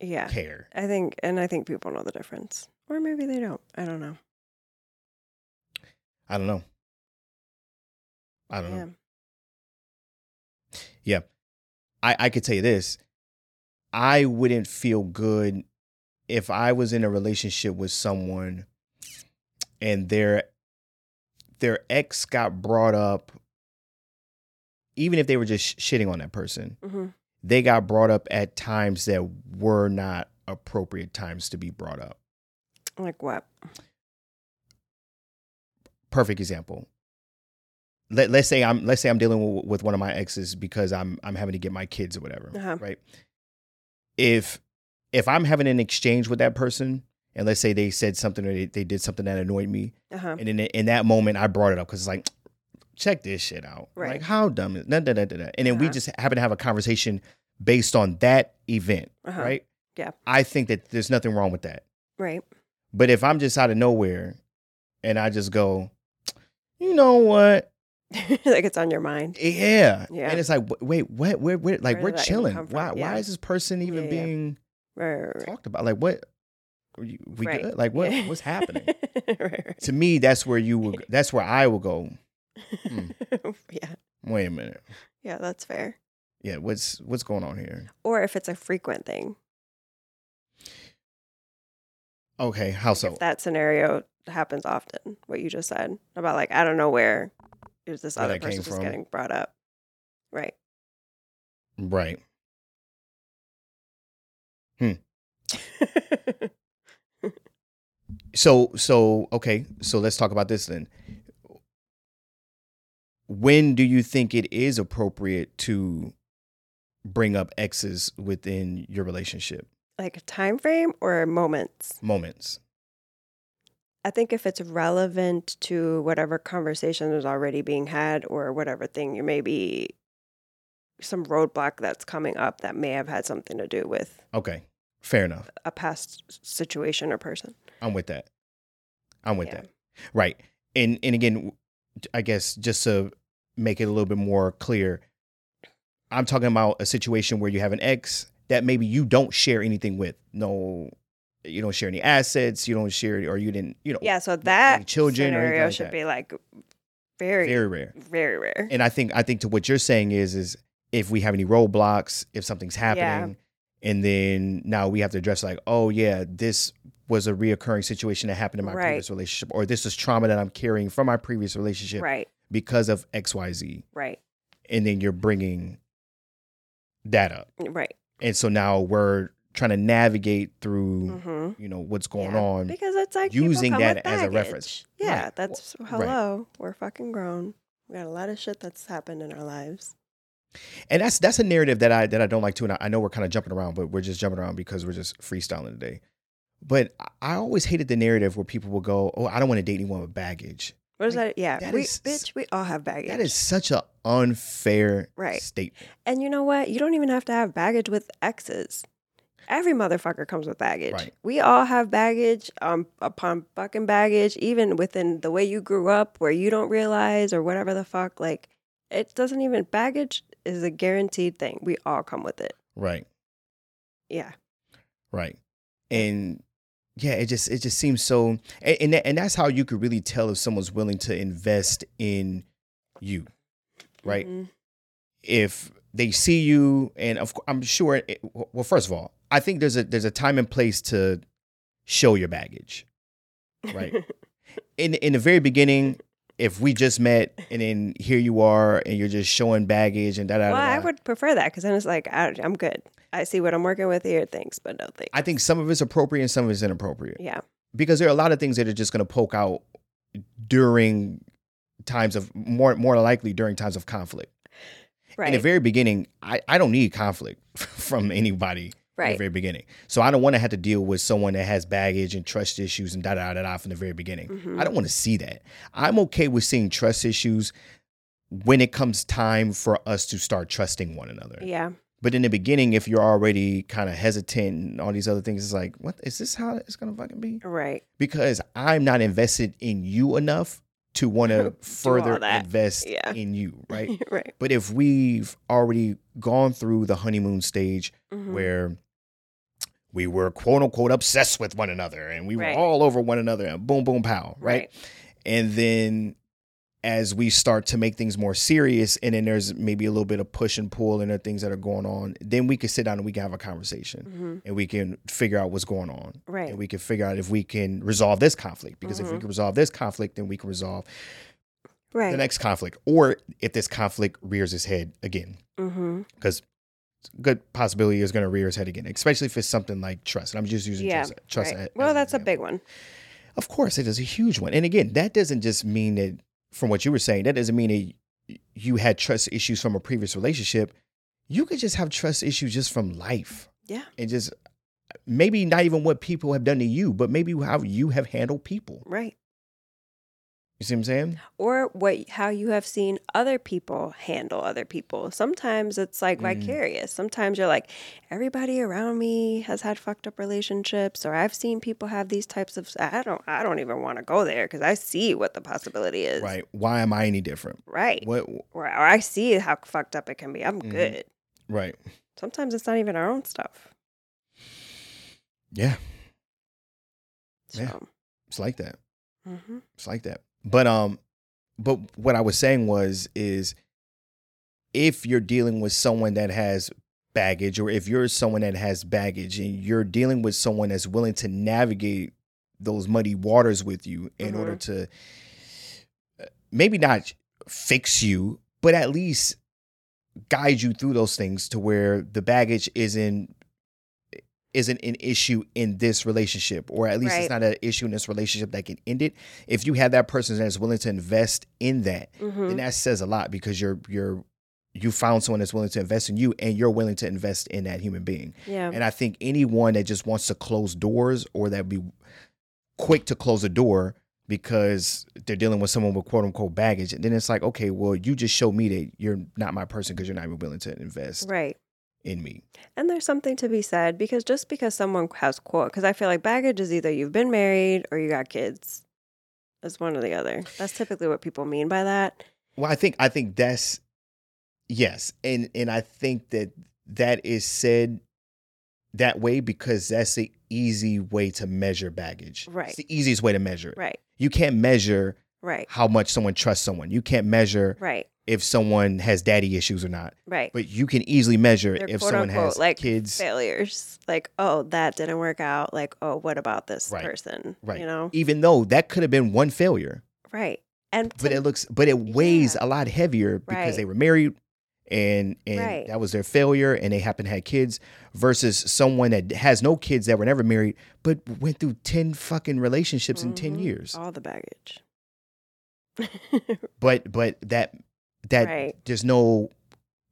S2: Yeah.
S1: care.
S2: I think and I think people know the difference. Or maybe they don't. I don't know.
S1: I don't know. I don't
S2: Yeah.
S1: know. I, I could tell you this. I wouldn't feel good if I was in a relationship with someone and their their ex got brought up even if they were just sh- shitting on that person.
S2: Mm-hmm.
S1: They got brought up at times that were not appropriate times to be brought up.
S2: Like what?
S1: perfect example. Let, let's say I'm let's say I'm dealing with, with one of my exes because I'm I'm having to get my kids or whatever,
S2: Uh-huh.
S1: right? If if I'm having an exchange with that person, and let's say they said something or they, they did something that annoyed me,
S2: Uh-huh.
S1: and in in that moment I brought it up because it's like, check this shit out,
S2: Right.
S1: Like how dumb is da, da, da, da, da. and then we
S2: Uh-huh.
S1: just happen to have a conversation based on that event,
S2: Uh-huh.
S1: right?
S2: Yeah.
S1: I think that there's nothing wrong with that.
S2: Right.
S1: But if I'm just out of nowhere and I just go, you know what?
S2: like it's on your mind.
S1: Yeah.
S2: Yeah.
S1: And it's like, wh- wait, what? Where, where, like,
S2: Where
S1: we're
S2: did that even
S1: chilling.
S2: come from?
S1: Why,
S2: Yeah.
S1: why is this person even
S2: Yeah, yeah.
S1: being
S2: Right, right, right.
S1: talked about? Like, what? Are you, we
S2: Right.
S1: good? Like, what,
S2: Yeah.
S1: what's happening?
S2: right, right.
S1: to me, that's where you would, that's where I will go, Hmm.
S2: yeah.
S1: wait a minute.
S2: Yeah, that's fair.
S1: Yeah. What's, what's going on here?
S2: Or if it's a frequent thing.
S1: Okay. How
S2: So
S1: so?
S2: if that scenario happens often, what you just said about like I don't know where is this
S1: Where
S2: other
S1: that came
S2: person just
S1: from.
S2: getting brought up. Right.
S1: right. so so okay so let's talk about this then when do you think it is appropriate to bring up exes within your relationship
S2: like a time frame or moments.
S1: moments
S2: I think if it's relevant to whatever conversation is already being had or whatever thing you may be some roadblock that's coming up that may have had something to do with
S1: okay fair enough
S2: a past s- situation or person.
S1: i'm with that i'm with
S2: Yeah.
S1: that right and and again i guess just to make it a little bit more clear i'm talking about a situation where you have an ex that maybe you don't share anything with no you don't share any assets you don't share or you didn't you know
S2: Yeah, so that
S1: children or anything
S2: scenario
S1: like
S2: should
S1: that.
S2: be like very
S1: very
S2: very,
S1: rare
S2: rare.
S1: and I think I think to what you're saying is is if we have any roadblocks, if something's happening, and then now we have to address like, oh yeah, this was a reoccurring situation that happened in my
S2: Right.
S1: previous relationship, or this is trauma that I'm carrying from my previous relationship
S2: Right,
S1: because of X Y Z,
S2: right,
S1: and then you're bringing that up,
S2: right.
S1: and so now we're trying to navigate through
S2: Mm-hmm.
S1: you know what's going
S2: Yeah,
S1: on.
S2: because it's like people
S1: Mm. using
S2: come
S1: that
S2: with
S1: as a reference.
S2: baggage. Yeah,
S1: Right.
S2: that's
S1: Well, right.
S2: hello. We're fucking grown. We got a lot of shit that's happened in our lives.
S1: and that's that's a narrative that I that I don't like too. And I, I know we're kind of jumping around, but we're just jumping around because we're just freestyling today. But I- I always hated the narrative where people will go, "Oh, I don't want to date anyone with baggage."
S2: What is
S1: Like,
S2: that? Yeah,
S1: that
S2: we,
S1: is-
S2: bitch, we all have baggage.
S1: That is such an unfair
S2: Right.
S1: statement.
S2: and you know what? You don't even have to have baggage with exes. Every motherfucker comes with baggage.
S1: Right.
S2: We all have baggage um, upon fucking baggage, even within the way you grew up, where you don't realize or whatever the fuck. Like, it doesn't even, baggage is a guaranteed thing. We all come with it.
S1: Right,
S2: Yeah.
S1: right, and yeah, it just it just seems so, and and, that, and that's how you could really tell if someone's willing to invest in you, right?
S2: Mhm.
S1: if they see you and of course i'm sure it, well first of all i think there's a there's a time and place to show your baggage right in in the very beginning if we just met and then here you are and you're just showing baggage and da da da,
S2: Well, I
S1: da.
S2: would prefer that because then it's like I, I'm good. I see what I'm working with here. Thanks, but no thanks.
S1: i think some of it's appropriate and some of it's inappropriate
S2: yeah,
S1: because there are a lot of things that are just going to poke out during times of more more likely during times of conflict. In
S2: Right.
S1: the very beginning, I, I don't need conflict from anybody in the
S2: right.
S1: very beginning. So I don't want to have to deal with someone that has baggage and trust issues and da da da da from the very beginning.
S2: Mhm.
S1: I don't want to see that. I'm okay with seeing trust issues when it comes time for us to start trusting one another.
S2: Yeah.
S1: But in the beginning, if you're already kind of hesitant and all these other things, it's like, what is this how it's gonna fucking be?
S2: Right.
S1: Because I'm not invested in you enough to want to further
S2: that.
S1: invest
S2: Yeah.
S1: in you, right?
S2: right.
S1: but if we've already gone through the honeymoon stage
S2: Mhm.
S1: where we were quote unquote obsessed with one another and we
S2: Right.
S1: were all over one another and boom boom pow right?
S2: Right.
S1: and then as we start to make things more serious and then there's maybe a little bit of push and pull and there are things that are going on then we can sit down and we can have a conversation
S2: hmm
S1: and we can figure out what's going on
S2: Right.
S1: and we can figure out if we can resolve this conflict because if we
S2: Mhm.
S1: can resolve this conflict then we can resolve
S2: right.
S1: the next conflict or if this conflict rears its head again
S2: mm-hmm.
S1: good possibility is going to rear its head again, especially if it's something like trust. And I'm just using
S2: Yeah.
S1: trust. trust
S2: right.
S1: as- as
S2: well,
S1: an
S2: that's a
S1: example.
S2: big one.
S1: Of course, it is a huge one. And again, that doesn't just mean that, from what you were saying, that doesn't mean that y- you had trust issues from a previous relationship. You could just have trust issues just from life
S2: Yeah.
S1: and just maybe not even what people have done to you, but maybe how you have handled people.
S2: Right.
S1: You see what I'm saying?
S2: Or what? How you have seen other people handle other people. Sometimes it's like
S1: Mm.
S2: vicarious. Sometimes you're like, everybody around me has had fucked up relationships, or I've seen people have these types of. I don't. I don't even want to go there because I see what the possibility is.
S1: Right. Why am I any different?
S2: Right.
S1: What?
S2: Or, or I see how fucked up it can be. I'm
S1: Mhm.
S2: good.
S1: Right.
S2: Sometimes it's not even our own stuff.
S1: Yeah.
S2: So.
S1: Yeah. It's like that.
S2: Mm-hmm.
S1: It's like that. But um, but what I was saying was is if you're dealing with someone that has baggage, or if you're someone that has baggage, and you're dealing with someone that's willing to navigate those muddy waters with you in
S2: Mhm.
S1: order to uh, maybe not fix you, but at least guide you through those things to where the baggage isn't isn't an issue in this relationship or at least it's
S2: Right.
S1: not an issue in this relationship that can end it if you have that person that's willing to invest in that
S2: Mm-hmm.
S1: then that says a lot because you're you're you found someone that's willing to invest in you and you're willing to invest in that human being
S2: Mm-hmm. Yeah.
S1: and i think anyone that just wants to close doors or that be quick to close a door because they're dealing with someone with quote unquote baggage then it's like okay well you just show me that you're not my person because you're not even willing to invest
S2: Right.
S1: in me
S2: And there's something to be said because just because someone has quote, because I feel like baggage is either you've been married or you got kids. That's one or the other. That's typically what people mean by that.
S1: Well, I think I think that's yes, and and I think that that is said that way because that's the easy way to measure baggage.
S2: Right.
S1: It's the easiest way to measure it.
S2: Right.
S1: You can't measure
S2: Right.
S1: how much someone trusts someone. You can't measure
S2: Right.
S1: if someone has daddy issues or not.
S2: Right.
S1: But you can easily measure
S2: They're
S1: if someone
S2: quote-unquote,
S1: has
S2: like,
S1: kids.
S2: Failures. Like, oh, that didn't work out. Like, oh, what about this
S1: Right.
S2: person?
S1: Right.
S2: You know?
S1: Even though that could have been one failure,
S2: Right. And
S1: but
S2: to-
S1: it looks but it weighs
S2: Yeah.
S1: a lot heavier because
S2: Right.
S1: they were married and and
S2: Right.
S1: that was their failure and they happened to have kids versus someone that has no kids that were never married but went through 10 fucking relationships in 10
S2: Mhm.
S1: years
S2: all the baggage.
S1: but but that that
S2: Right.
S1: there's no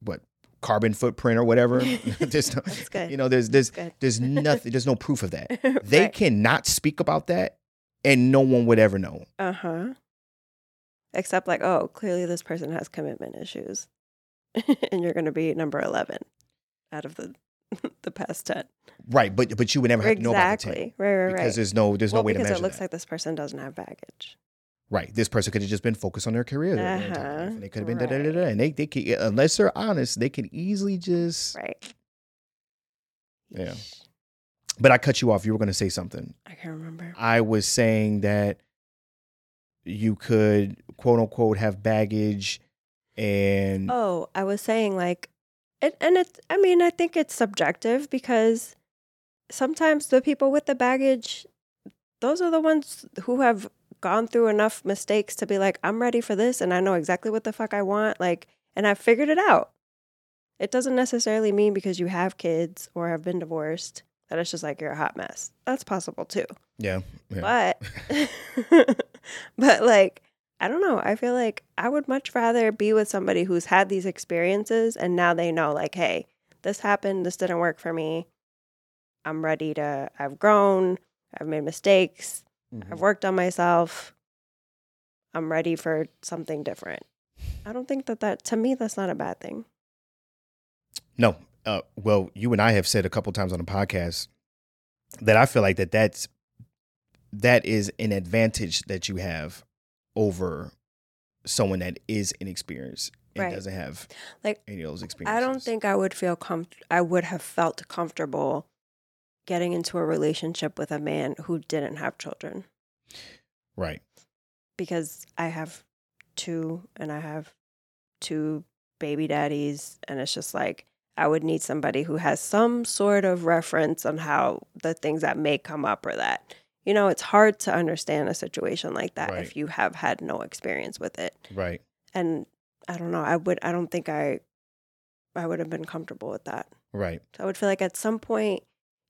S1: what carbon footprint or whatever there's no
S2: That's good.
S1: you know there's there's
S2: Good.
S1: there's nothing there's no proof of that they
S2: Right.
S1: cannot speak about that and no one would ever know
S2: Uh huh. Except, like, oh, clearly this person has commitment issues, and you're going to be number eleven out of the the past ten.
S1: right but but you would never have to know about the 10
S2: exactly. Right. Right.
S1: because
S2: Right.
S1: there's no there's
S2: well,
S1: no way to
S2: because
S1: measure
S2: it looks
S1: that.
S2: like this person doesn't have baggage.
S1: Right. This person could have just been focused on their career. their entire life,
S2: Uh-huh.
S1: and they could have been da da da da. And they, they could, unless they're honest, they can easily just.
S2: Right.
S1: Yeah.
S2: Yeesh.
S1: But I cut you off. You were going to say something.
S2: I can't remember.
S1: I was saying that you could, quote unquote, have baggage and.
S2: Oh, I was saying like, it, and it's. I mean, I think it's subjective because sometimes the people with the baggage, those are the ones who have gone through enough mistakes to be like, I'm ready for this, and I know exactly what the fuck I want, like, and I figured it out. It doesn't necessarily mean because you have kids or have been divorced that it's just like you're a hot mess. That's possible too
S1: Yeah. yeah.
S2: but but like I don't know. I feel like I would much rather be with somebody who's had these experiences and now they know, like, hey, this happened. This didn't work for me. I'm ready to, I've grown. I've made mistakes.
S1: Mm-hmm.
S2: I've worked on myself. I'm ready for something different. I don't think that that, to me, that's not a bad thing.
S1: No. Uh, well, you and I have said a couple times on the podcast that I feel like that that's that is an advantage that you have over someone that is inexperienced and
S2: Right.
S1: doesn't have
S2: Like,
S1: any of those experiences.
S2: I don't think I would feel com- I would have felt comfortable getting into a relationship with a man who didn't have children
S1: right.
S2: because I have two and I have two baby daddies and it's just like I would need somebody who has some sort of reference on how the things that may come up or that you know it's hard to understand a situation like that
S1: Right.
S2: if you have had no experience with it
S1: Right.
S2: and I don't know I would I don't think I I would have been comfortable with that
S1: Right.
S2: so I would feel like at some point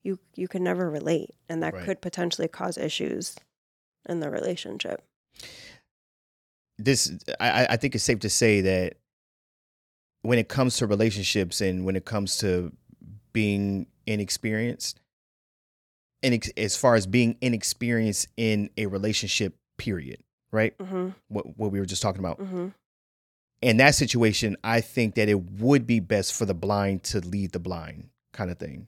S2: you you can never relate and that
S1: Right.
S2: could potentially cause issues in the relationship.
S1: This I, I- I think it's safe to say that when it comes to relationships and when it comes to being inexperienced, and as far as being inexperienced in a relationship, period, right?
S2: Mhm.
S1: What what we were just talking about.
S2: Mhm.
S1: in that situation, I think that it would be best for the blind to lead the blind kind of thing.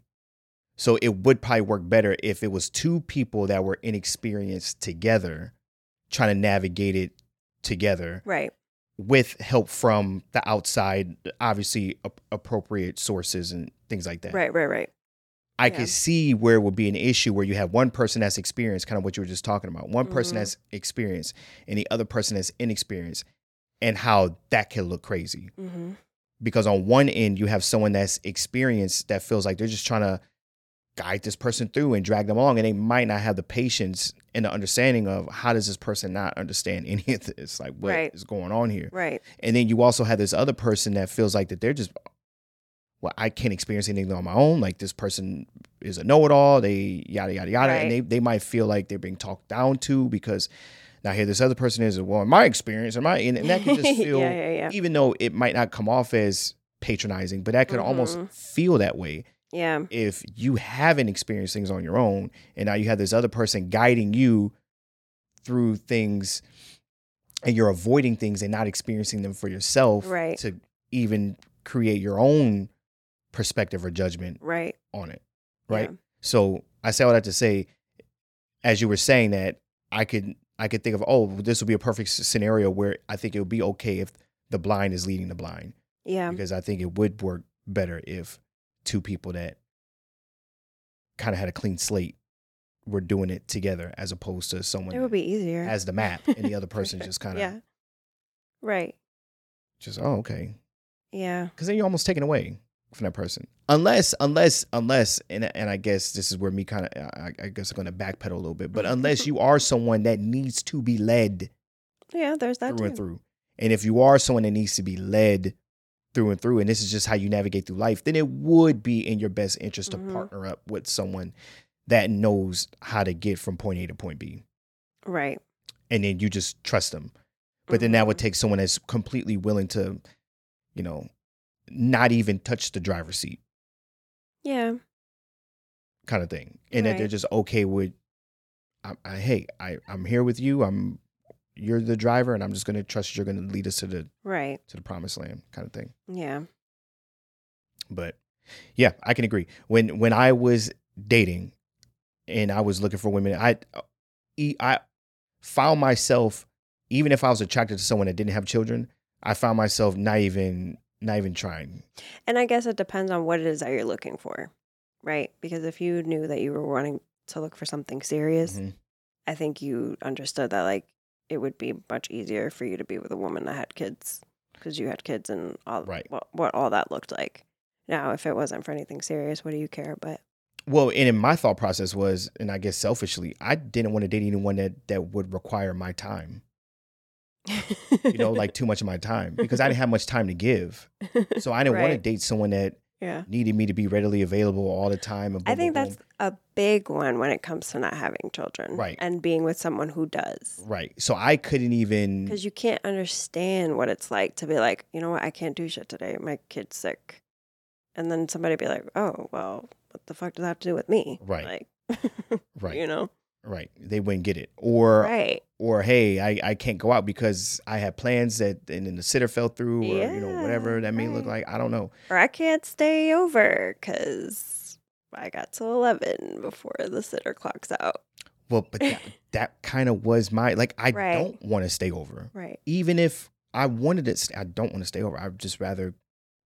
S1: So it would probably work better if it was two people that were inexperienced together trying to navigate it together
S2: Right.
S1: with help from the outside, obviously ap- appropriate sources and things like that.
S2: Right, right, right.
S1: I
S2: Yeah.
S1: could see where it would be an issue where you have one person that's experienced, kind of what you were just talking about. One person
S2: Mhm.
S1: that's experienced and the other person that's inexperienced, and how that can look crazy
S2: Mhm.
S1: because on one end you have someone that's experienced that feels like they're just trying to guide this person through and drag them along and they might not have the patience and the understanding of how does this person not understand any of this like what is
S2: Right.
S1: going on here
S2: Right.
S1: and then you also have this other person that feels like that they're just well i can't experience anything on my own like this person is a know-it-all they yada yada yada
S2: Right.
S1: and they, they might feel like they're being talked down to because now here this other person is well in my experience am i and, and that can just feel
S2: yeah, yeah, yeah.
S1: even though it might not come off as patronizing, but that could almost
S2: Mhm.
S1: feel that way
S2: Yeah.
S1: if you haven't experienced things on your own and now you have this other person guiding you through things and you're avoiding things and not experiencing them for yourself
S2: Right.
S1: to even create your own perspective or judgment
S2: Right.
S1: on it. Right.
S2: Yeah.
S1: So I say all that to say, as you were saying that, I could I could think of oh this would be a perfect s- scenario where I think it would be okay if the blind is leading the blind
S2: Yeah.
S1: because I think it would work better if two people that kind of had a clean slate were doing it together as opposed to someone
S2: It would
S1: that
S2: be easier.
S1: has the map and the other
S2: For
S1: person
S2: sure.
S1: just kind of
S2: Yeah. Right.
S1: just oh okay
S2: Yeah.
S1: because then you're almost taken away from that person. Unless, unless, unless, and and I guess this is where me kind of, I, I guess I'm going to backpedal a little bit, but unless you are someone that needs to be led
S2: Yeah, there's that
S1: through and
S2: too.
S1: through, and if you are someone that needs to be led through and through, and this is just how you navigate through life, then it would be in your best interest to
S2: Mhm.
S1: partner up with someone that knows how to get from point A to point B,
S2: Right.
S1: and then you just trust them but then that would
S2: Mhm.
S1: take someone that's completely willing to you know not even touch the driver's seat
S2: Yeah.
S1: kind of thing and that they're
S2: Right.
S1: just okay with I, I, hey I, i'm here with you i'm you're the driver and i'm just going to trust you're going to lead us to the
S2: Right.
S1: to the promised land kind of thing
S2: Yeah.
S1: but yeah i can agree when when i was dating and i was looking for women i e- i found myself even if i was attracted to someone that didn't have children i found myself not even not even trying
S2: And I guess it depends on what it is that you're looking for. Right? Because if you knew that you were wanting to look for something serious,
S1: Mhm.
S2: I think you understood that like it would be much easier for you to be with a woman that had kids because you had kids and all
S1: Right.
S2: what, what all that looked like. Now, if it wasn't for anything serious, what do you care? But
S1: Well, and in my thought process was, and I guess selfishly, I didn't want to date anyone that that would require my time. You know, like too much of my time because I didn't have much time to give. So I didn't want to
S2: Right.
S1: date someone that
S2: Yeah.
S1: needing me to be readily available all the time. And
S2: I
S1: boom,
S2: think
S1: boom,
S2: that's a big one when it comes to not having children
S1: Right.
S2: and being with someone who does.
S1: boom. right. So I couldn't even
S2: Because you can't understand what it's like to be like, you know what, I can't do shit today. My kid's sick. And then somebody be like, oh, well, what the fuck does that have to do with me?
S1: Right.
S2: Like,
S1: right
S2: you know?
S1: right. They wouldn't get it or
S2: Right.
S1: or hey, I, I can't go out because I had plans that and then the sitter fell through or you know
S2: Yeah,
S1: whatever that may look
S2: right.
S1: like. I don't know.
S2: Or I can't stay over because I got till 11 before the sitter clocks out.
S1: Well, but that, that kind of was my like I
S2: Right.
S1: don't want to stay over.
S2: Right.
S1: Even if I wanted to st- I don't want to stay over. I'd just rather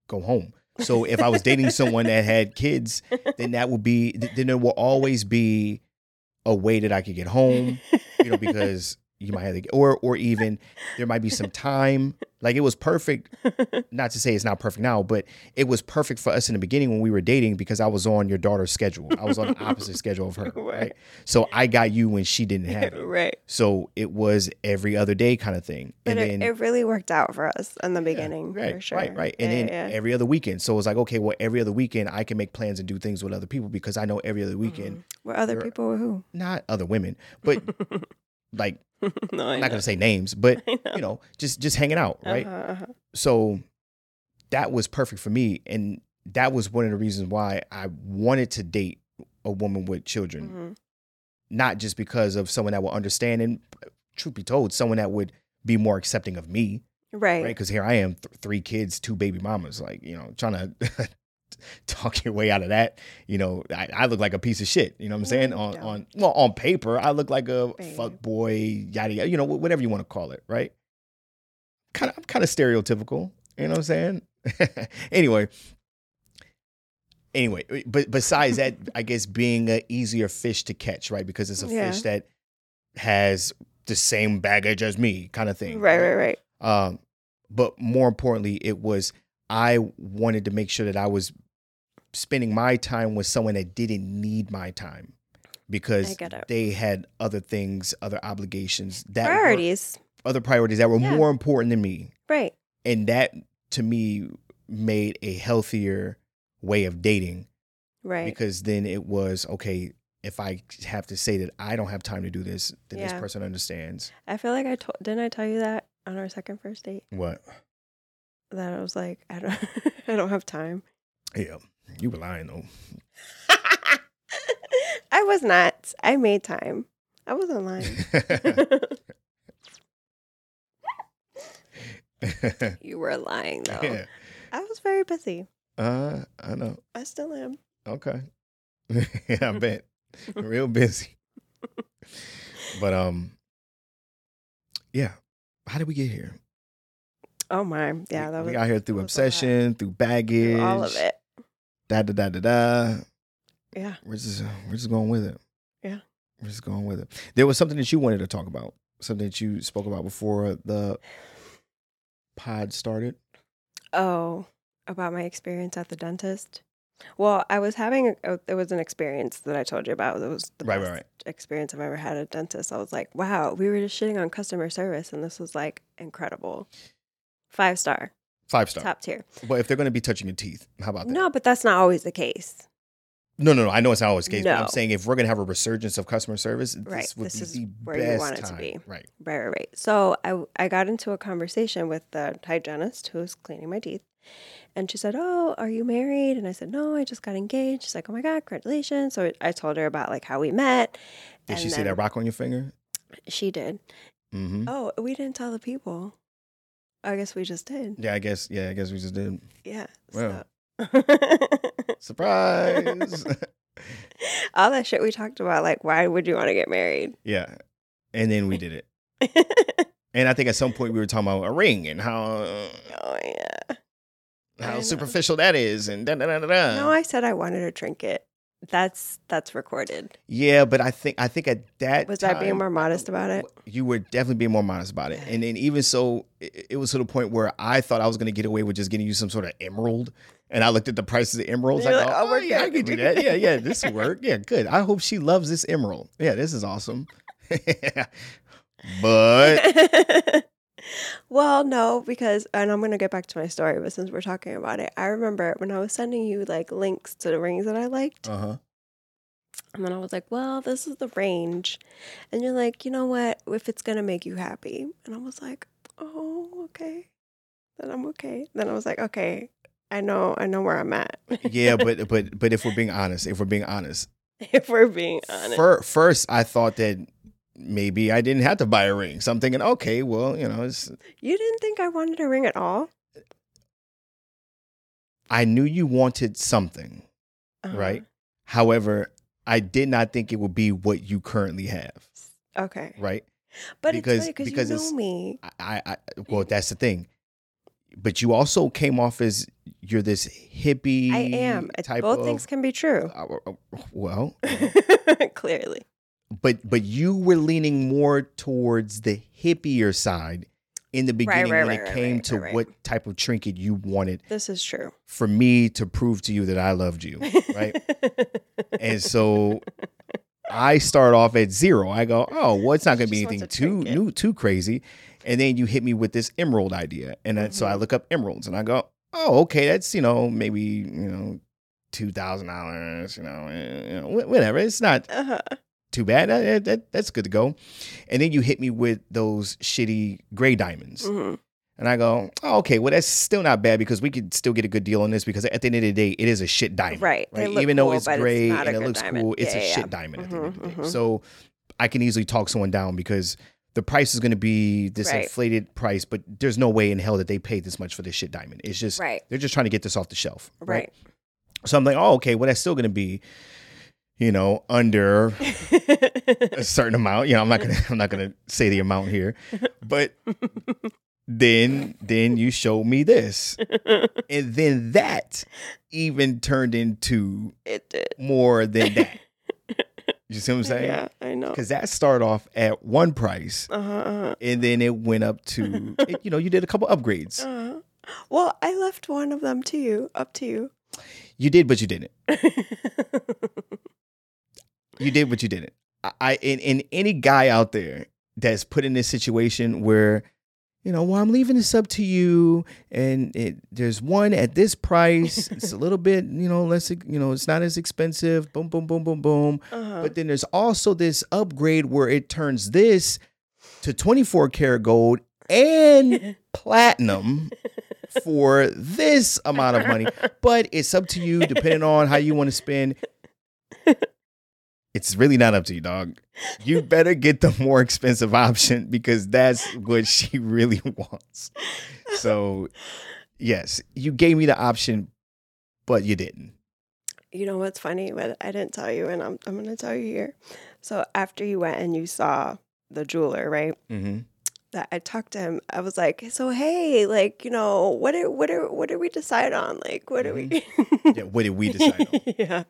S1: go home. So if I was dating someone that had kids, then that would be th- then there will always be a way that I could get home, you know, because you might have to, or or even there might be some time. Like it was perfect not to say it's not perfect now, but it was perfect for us in the beginning when we were dating because I was on your daughter's schedule. I was on the opposite schedule of her. Right.
S2: Right.
S1: So I got you when she didn't have it.
S2: right.
S1: So it was every other day kind of thing.
S2: But
S1: and
S2: it,
S1: then
S2: it really worked out for us in the
S1: Yeah,
S2: beginning,
S1: right,
S2: for sure.
S1: Right, right. And
S2: Yeah,
S1: then
S2: yeah.
S1: every other weekend. So it was like, okay, well, every other weekend I can make plans and do things with other people because I know every other weekend,
S2: Mm-hmm. Were other
S1: You're-
S2: people were who?
S1: not other women, but like
S2: no, I
S1: I'm not
S2: know.
S1: gonna say names, but
S2: I know.
S1: you know, just just hanging out, right?
S2: Uh-huh, uh-huh.
S1: so that was perfect for me and that was one of the reasons why i wanted to date a woman with children
S2: Mhm.
S1: not just because of someone that would understand and truth be told someone that would be more accepting of me
S2: Right.
S1: right because here i am th- three kids two baby mamas like you know trying to talk your way out of that you know i, I look like a piece of shit you know what i'm
S2: No,
S1: saying
S2: you
S1: on
S2: don't.
S1: on well on paper i look like a
S2: Babe.
S1: fuck boy yada yada you know wh- whatever you want to call it right kind of i'm kind of stereotypical you know what i'm saying anyway anyway eh, but besides that i guess being an easier fish to catch right because it's a
S2: Yeah.
S1: fish that has the same baggage as me kind of thing
S2: Right, right, right.
S1: um, but more importantly, it was I wanted to make sure that I was spending my time with someone that didn't need my time
S2: I
S1: because
S2: get it.
S1: they had other things, other obligations that were-
S2: Priorities.
S1: other priorities that were
S2: Yeah.
S1: more important than me,
S2: Right.
S1: and that to me made a healthier way of dating
S2: Right.
S1: because then it was okay. If I have to say that I don't have time to do this, then this
S2: Yeah.
S1: person understands
S2: I feel like I told didn't I tell you that on our second first date
S1: what.
S2: that I was like I don't I don't have time.
S1: Yeah, you were lying though.
S2: I was not. I made time. I wasn't lying. you were lying though.
S1: Yeah.
S2: I was very busy.
S1: Uh, I know.
S2: I still am.
S1: Okay. I bet. Real busy. But um yeah. How did we get here?
S2: Oh my. Yeah,
S1: we,
S2: that
S1: we
S2: was
S1: got here through
S2: that was a lot.
S1: obsession, through baggage,
S2: through all of it.
S1: Da da da da da.
S2: Yeah.
S1: We're just we're just going with it.
S2: Yeah.
S1: We're just going with it. There was something that you wanted to talk about. Something that you spoke about before the pod started.
S2: Oh, about my experience at the dentist. Well, I was having a, there was an experience that I told you about. It was the
S1: Right, right,
S2: best
S1: right.
S2: experience I've ever had at a dentist. I was like, wow, we were just shitting on customer service, and this was like incredible, five star,
S1: Five star.
S2: top tier.
S1: But if they're gonna be touching your teeth, how about that?
S2: No, but that's not always the case.
S1: No, no, no. I know it's not always the case, but I'm
S2: No.
S1: saying if we're gonna have a resurgence of customer service,
S2: Right,
S1: this would
S2: this
S1: be
S2: is
S1: the
S2: where you
S1: best
S2: want it to
S1: time.
S2: be.
S1: Right.
S2: Right, right, right. So I I got into a conversation with the hygienist who was cleaning my teeth, and she said, "Oh, are you married?" And I said, "No, I just got engaged." She's like, "Oh my god, congratulations!" So I told her about like how we met.
S1: Did she
S2: and
S1: see
S2: then-
S1: that rock on your finger?
S2: She did.
S1: Mm-hmm.
S2: Oh, we didn't tell the people. I guess we just did.
S1: Yeah, I guess. Yeah, I guess we just did.
S2: Yeah.
S1: Wow.
S2: so-
S1: Surprise.
S2: All that shit we talked about, like, why would you want to get married?
S1: yeah. And then we did it. And I think at some point we were talking about a ring and how uh,
S2: oh, yeah. I
S1: how
S2: know.
S1: superficial that is and da da da da. da.
S2: no, I said I wanted a trinket. That's that's recorded.
S1: yeah, but I think I think at that
S2: Was I
S1: time,
S2: being more modest about it?
S1: You were definitely being more modest about it, and then even so, it, it was to the point where I thought I was going to get away with just getting you some sort of emerald, and I looked at the prices of emeralds.
S2: You're
S1: I
S2: like,
S1: go,
S2: "I'll
S1: oh,
S2: work
S1: yeah, I
S2: that.
S1: could do that. Yeah, yeah, this will work. Yeah, good. I hope she loves this emerald. Yeah, this is awesome. but
S2: Well, no, because and I'm gonna get back to my story, but since we're talking about it, I remember when I was sending you like links to the rings that I liked,
S1: Uh huh.
S2: and then I was like, "Well, this is the range," and you're like, "You know what? If it's gonna make you happy," and I was like, "Oh, okay." Then I'm okay. Then I was like, "Okay, I know, I know where I'm at."
S1: Yeah, but but but if we're being honest, if we're being honest,
S2: if we're being honest,
S1: fir- first I thought that maybe I didn't have to buy a ring. So I'm thinking, okay, well, you know, it's,
S2: you didn't think I wanted a ring at all,
S1: I knew you wanted something,
S2: Uh-huh.
S1: right? However, I did not think it would be what you currently have,
S2: Uh-huh. Okay,
S1: right?
S2: but
S1: Because-
S2: it's because
S1: because
S2: you
S1: it's-
S2: know me.
S1: I, I, I well, that's the thing. But you also came off as you're this hippie.
S2: I am. It's- Both things can be true.
S1: Uh, uh, well,
S2: Clearly.
S1: but but you were leaning more towards the hippier side in the beginning
S2: right,
S1: when
S2: right,
S1: it
S2: right,
S1: came
S2: right,
S1: to
S2: right, right.
S1: what type of trinket you wanted
S2: This is true.
S1: for me to prove to you that I loved you, right? and so I start off at zero. I go, oh, well, it's not going to be
S2: Just
S1: anything
S2: wants a
S1: too
S2: trinket.
S1: new, too crazy. And then you hit me with this emerald idea, and then, so I
S2: Mhm.
S1: look up emeralds, and I go, oh, okay, that's you know maybe you know two thousand dollars, you know, eh, you know, wh- whatever. It's not
S2: uh-huh.
S1: too bad. That, that- that- that's good to go. And then you hit me with those shitty gray diamonds.
S2: Mhm.
S1: And I go, oh, okay, well, that's still not bad because we could still get a good deal on this because at the end of the day, it is a shit diamond.
S2: Right. They look
S1: Even though
S2: cool,
S1: it's
S2: but it's
S1: gray and
S2: not a
S1: it
S2: good
S1: looks
S2: diamond.
S1: cool, it's
S2: Yeah,
S1: a
S2: yeah,
S1: shit
S2: yeah.
S1: diamond at the end of the day.
S2: Mhm, mhm.
S1: So I can easily talk someone down because the price is going to be this
S2: Right.
S1: inflated price, but there's no way in hell that they paid this much for this shit diamond. It's just,
S2: Right.
S1: they're just trying to get this off the shelf.
S2: Right.
S1: So I'm like, oh, okay, well, that's still going to be, you know, under a certain amount. You know, I'm not gonna I'm not gonna say the amount here, but then then you showed me this, and then that even turned into
S2: it did.
S1: more than that. You see what I'm saying?
S2: Yeah, I know.
S1: Because that started off at one price,
S2: Uh-huh, uh-huh.
S1: and then it went up to it, you know you did a couple upgrades.
S2: Uh-huh. Well, I left one of them to you, up to you. Uh-huh.
S1: You did, but you didn't. You did, but you didn't. I, I in, in any guy out there that's put in this situation where, you know, well, I'm leaving this up to you, and it, there's one at this price. it's a little bit, you know, less, you know, it's not as expensive. Boom, boom, boom, boom, boom.
S2: Uh-huh.
S1: But then there's also this upgrade where it turns this to 24 karat gold and platinum for this amount of money. But it's up to you, depending on how you want to spend. It's really not up to you, dog. You better get the more expensive option because that's what she really wants. So, yes, you gave me the option, but you didn't.
S2: You know what's funny? What I didn't tell you, and I'm, I'm going to tell you here. So after you went and you saw the jeweler, right?
S1: Mm-hmm.
S2: that I talked to him, I was like, "So hey, like you know, what did what did what did we decide on? Like, what did we?"
S1: Yeah, what did we decide on?
S2: yeah.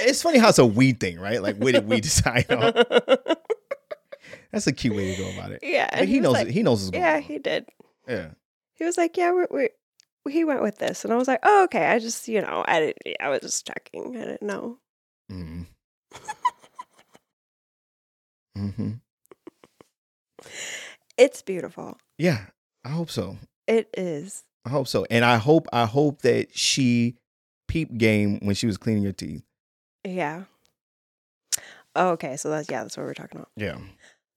S1: It's funny how it's a we thing, right? Like, what did we decide on? That's a cute way to go about it.
S2: yeah.
S1: But
S2: And
S1: he,
S2: was
S1: knows.
S2: like-
S1: he knows what's going
S2: yeah,
S1: on.
S2: he did.
S1: yeah.
S2: He was like, "Yeah, we're." we're he went with this, and I was like, "Oh, okay." I just, you know, I didn't. I was just checking. I didn't know.
S1: Mm. hmm
S2: It's beautiful.
S1: Yeah. I hope so.
S2: It is.
S1: I hope so. And I hope. I hope that she peep game when she was cleaning your teeth.
S2: Yeah. Oh, okay, so that's yeah, that's what we're talking about.
S1: Yeah.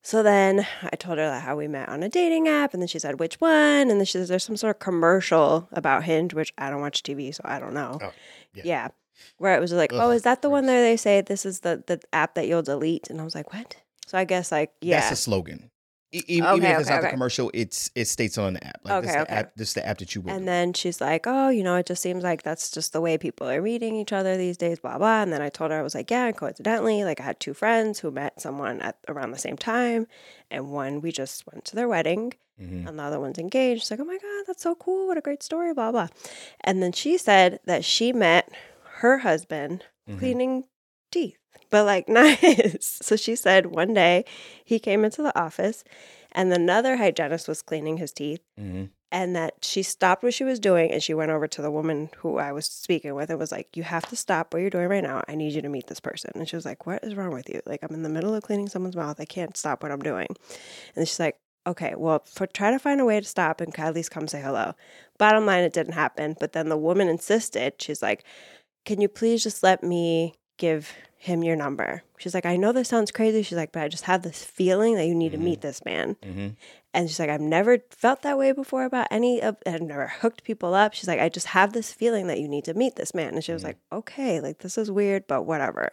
S2: So then I told her like, how we met on a dating app, and then she said which one, and then she says there's some sort of commercial about Hinge, which I don't watch TV, so I don't know.
S1: Oh, yeah.
S2: yeah. where it was like, oh,
S1: Ugh,
S2: is that the one
S1: gross.
S2: there? They say this is the the app that you'll delete, and I was like, what? So I guess like yeah,
S1: That's a slogan. E- e-
S2: Okay,
S1: even if it's
S2: okay,
S1: not the
S2: okay.
S1: commercial, it's it states it on the app. Like this, is
S2: Okay,
S1: the
S2: okay.
S1: app, this is the app that you will.
S2: and then she's like, oh, you know, it just seems like that's just the way people are meeting each other these days, blah blah. And then I told her I was like, yeah, and coincidentally, like I had two friends who met someone at around the same time, and one we just went to their wedding.
S1: Mhm.
S2: and the other one's engaged. She's like, oh my God, that's so cool. What a great story, blah, blah. And then she said that she met her husband
S1: Mhm.
S2: cleaning teeth, but like not his. So she said one day he came into the office and another hygienist was cleaning his teeth.
S1: Mhm.
S2: And that she stopped what she was doing and she went over to the woman who I was speaking with and was like, You have to stop what you're doing right now. I need you to meet this person. And she was like, What is wrong with you? Like, I'm in the middle of cleaning someone's mouth. I can't stop what I'm doing. And she's like, okay, well, for, try to find a way to stop and at least come say hello. Bottom line, it didn't happen. But then the woman insisted. She's like, can you please just let me give him your number? She's like, I know this sounds crazy. She's like, but I just have this feeling that you need
S1: Mhm.
S2: to meet this man.
S1: Mm-hmm.
S2: And she's like, I've never felt that way before about any of, I've never hooked people up. She's like, I just have this feeling that you need to meet this man. And she was
S1: Mhm.
S2: like, okay, like this is weird, but whatever.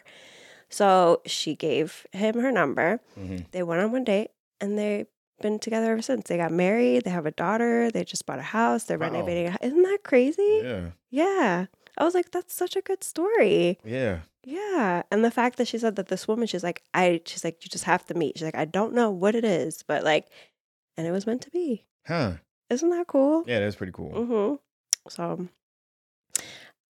S2: So she gave him her number.
S1: Mm-hmm.
S2: They went on one date and they've been together ever since. They got married. They have a daughter. They just bought a house. They're
S1: Wow.
S2: renovating. A, hou- isn't that crazy?
S1: Yeah.
S2: yeah. I was like, that's such a good story.
S1: Yeah.
S2: Yeah. And the fact that she said that this woman, she's like, I, she's like, you just have to meet. She's like, I don't know what it is, but like, and it was meant to be.
S1: Huh.
S2: Isn't that cool?
S1: Yeah, that's pretty cool.
S2: Mm-hmm. So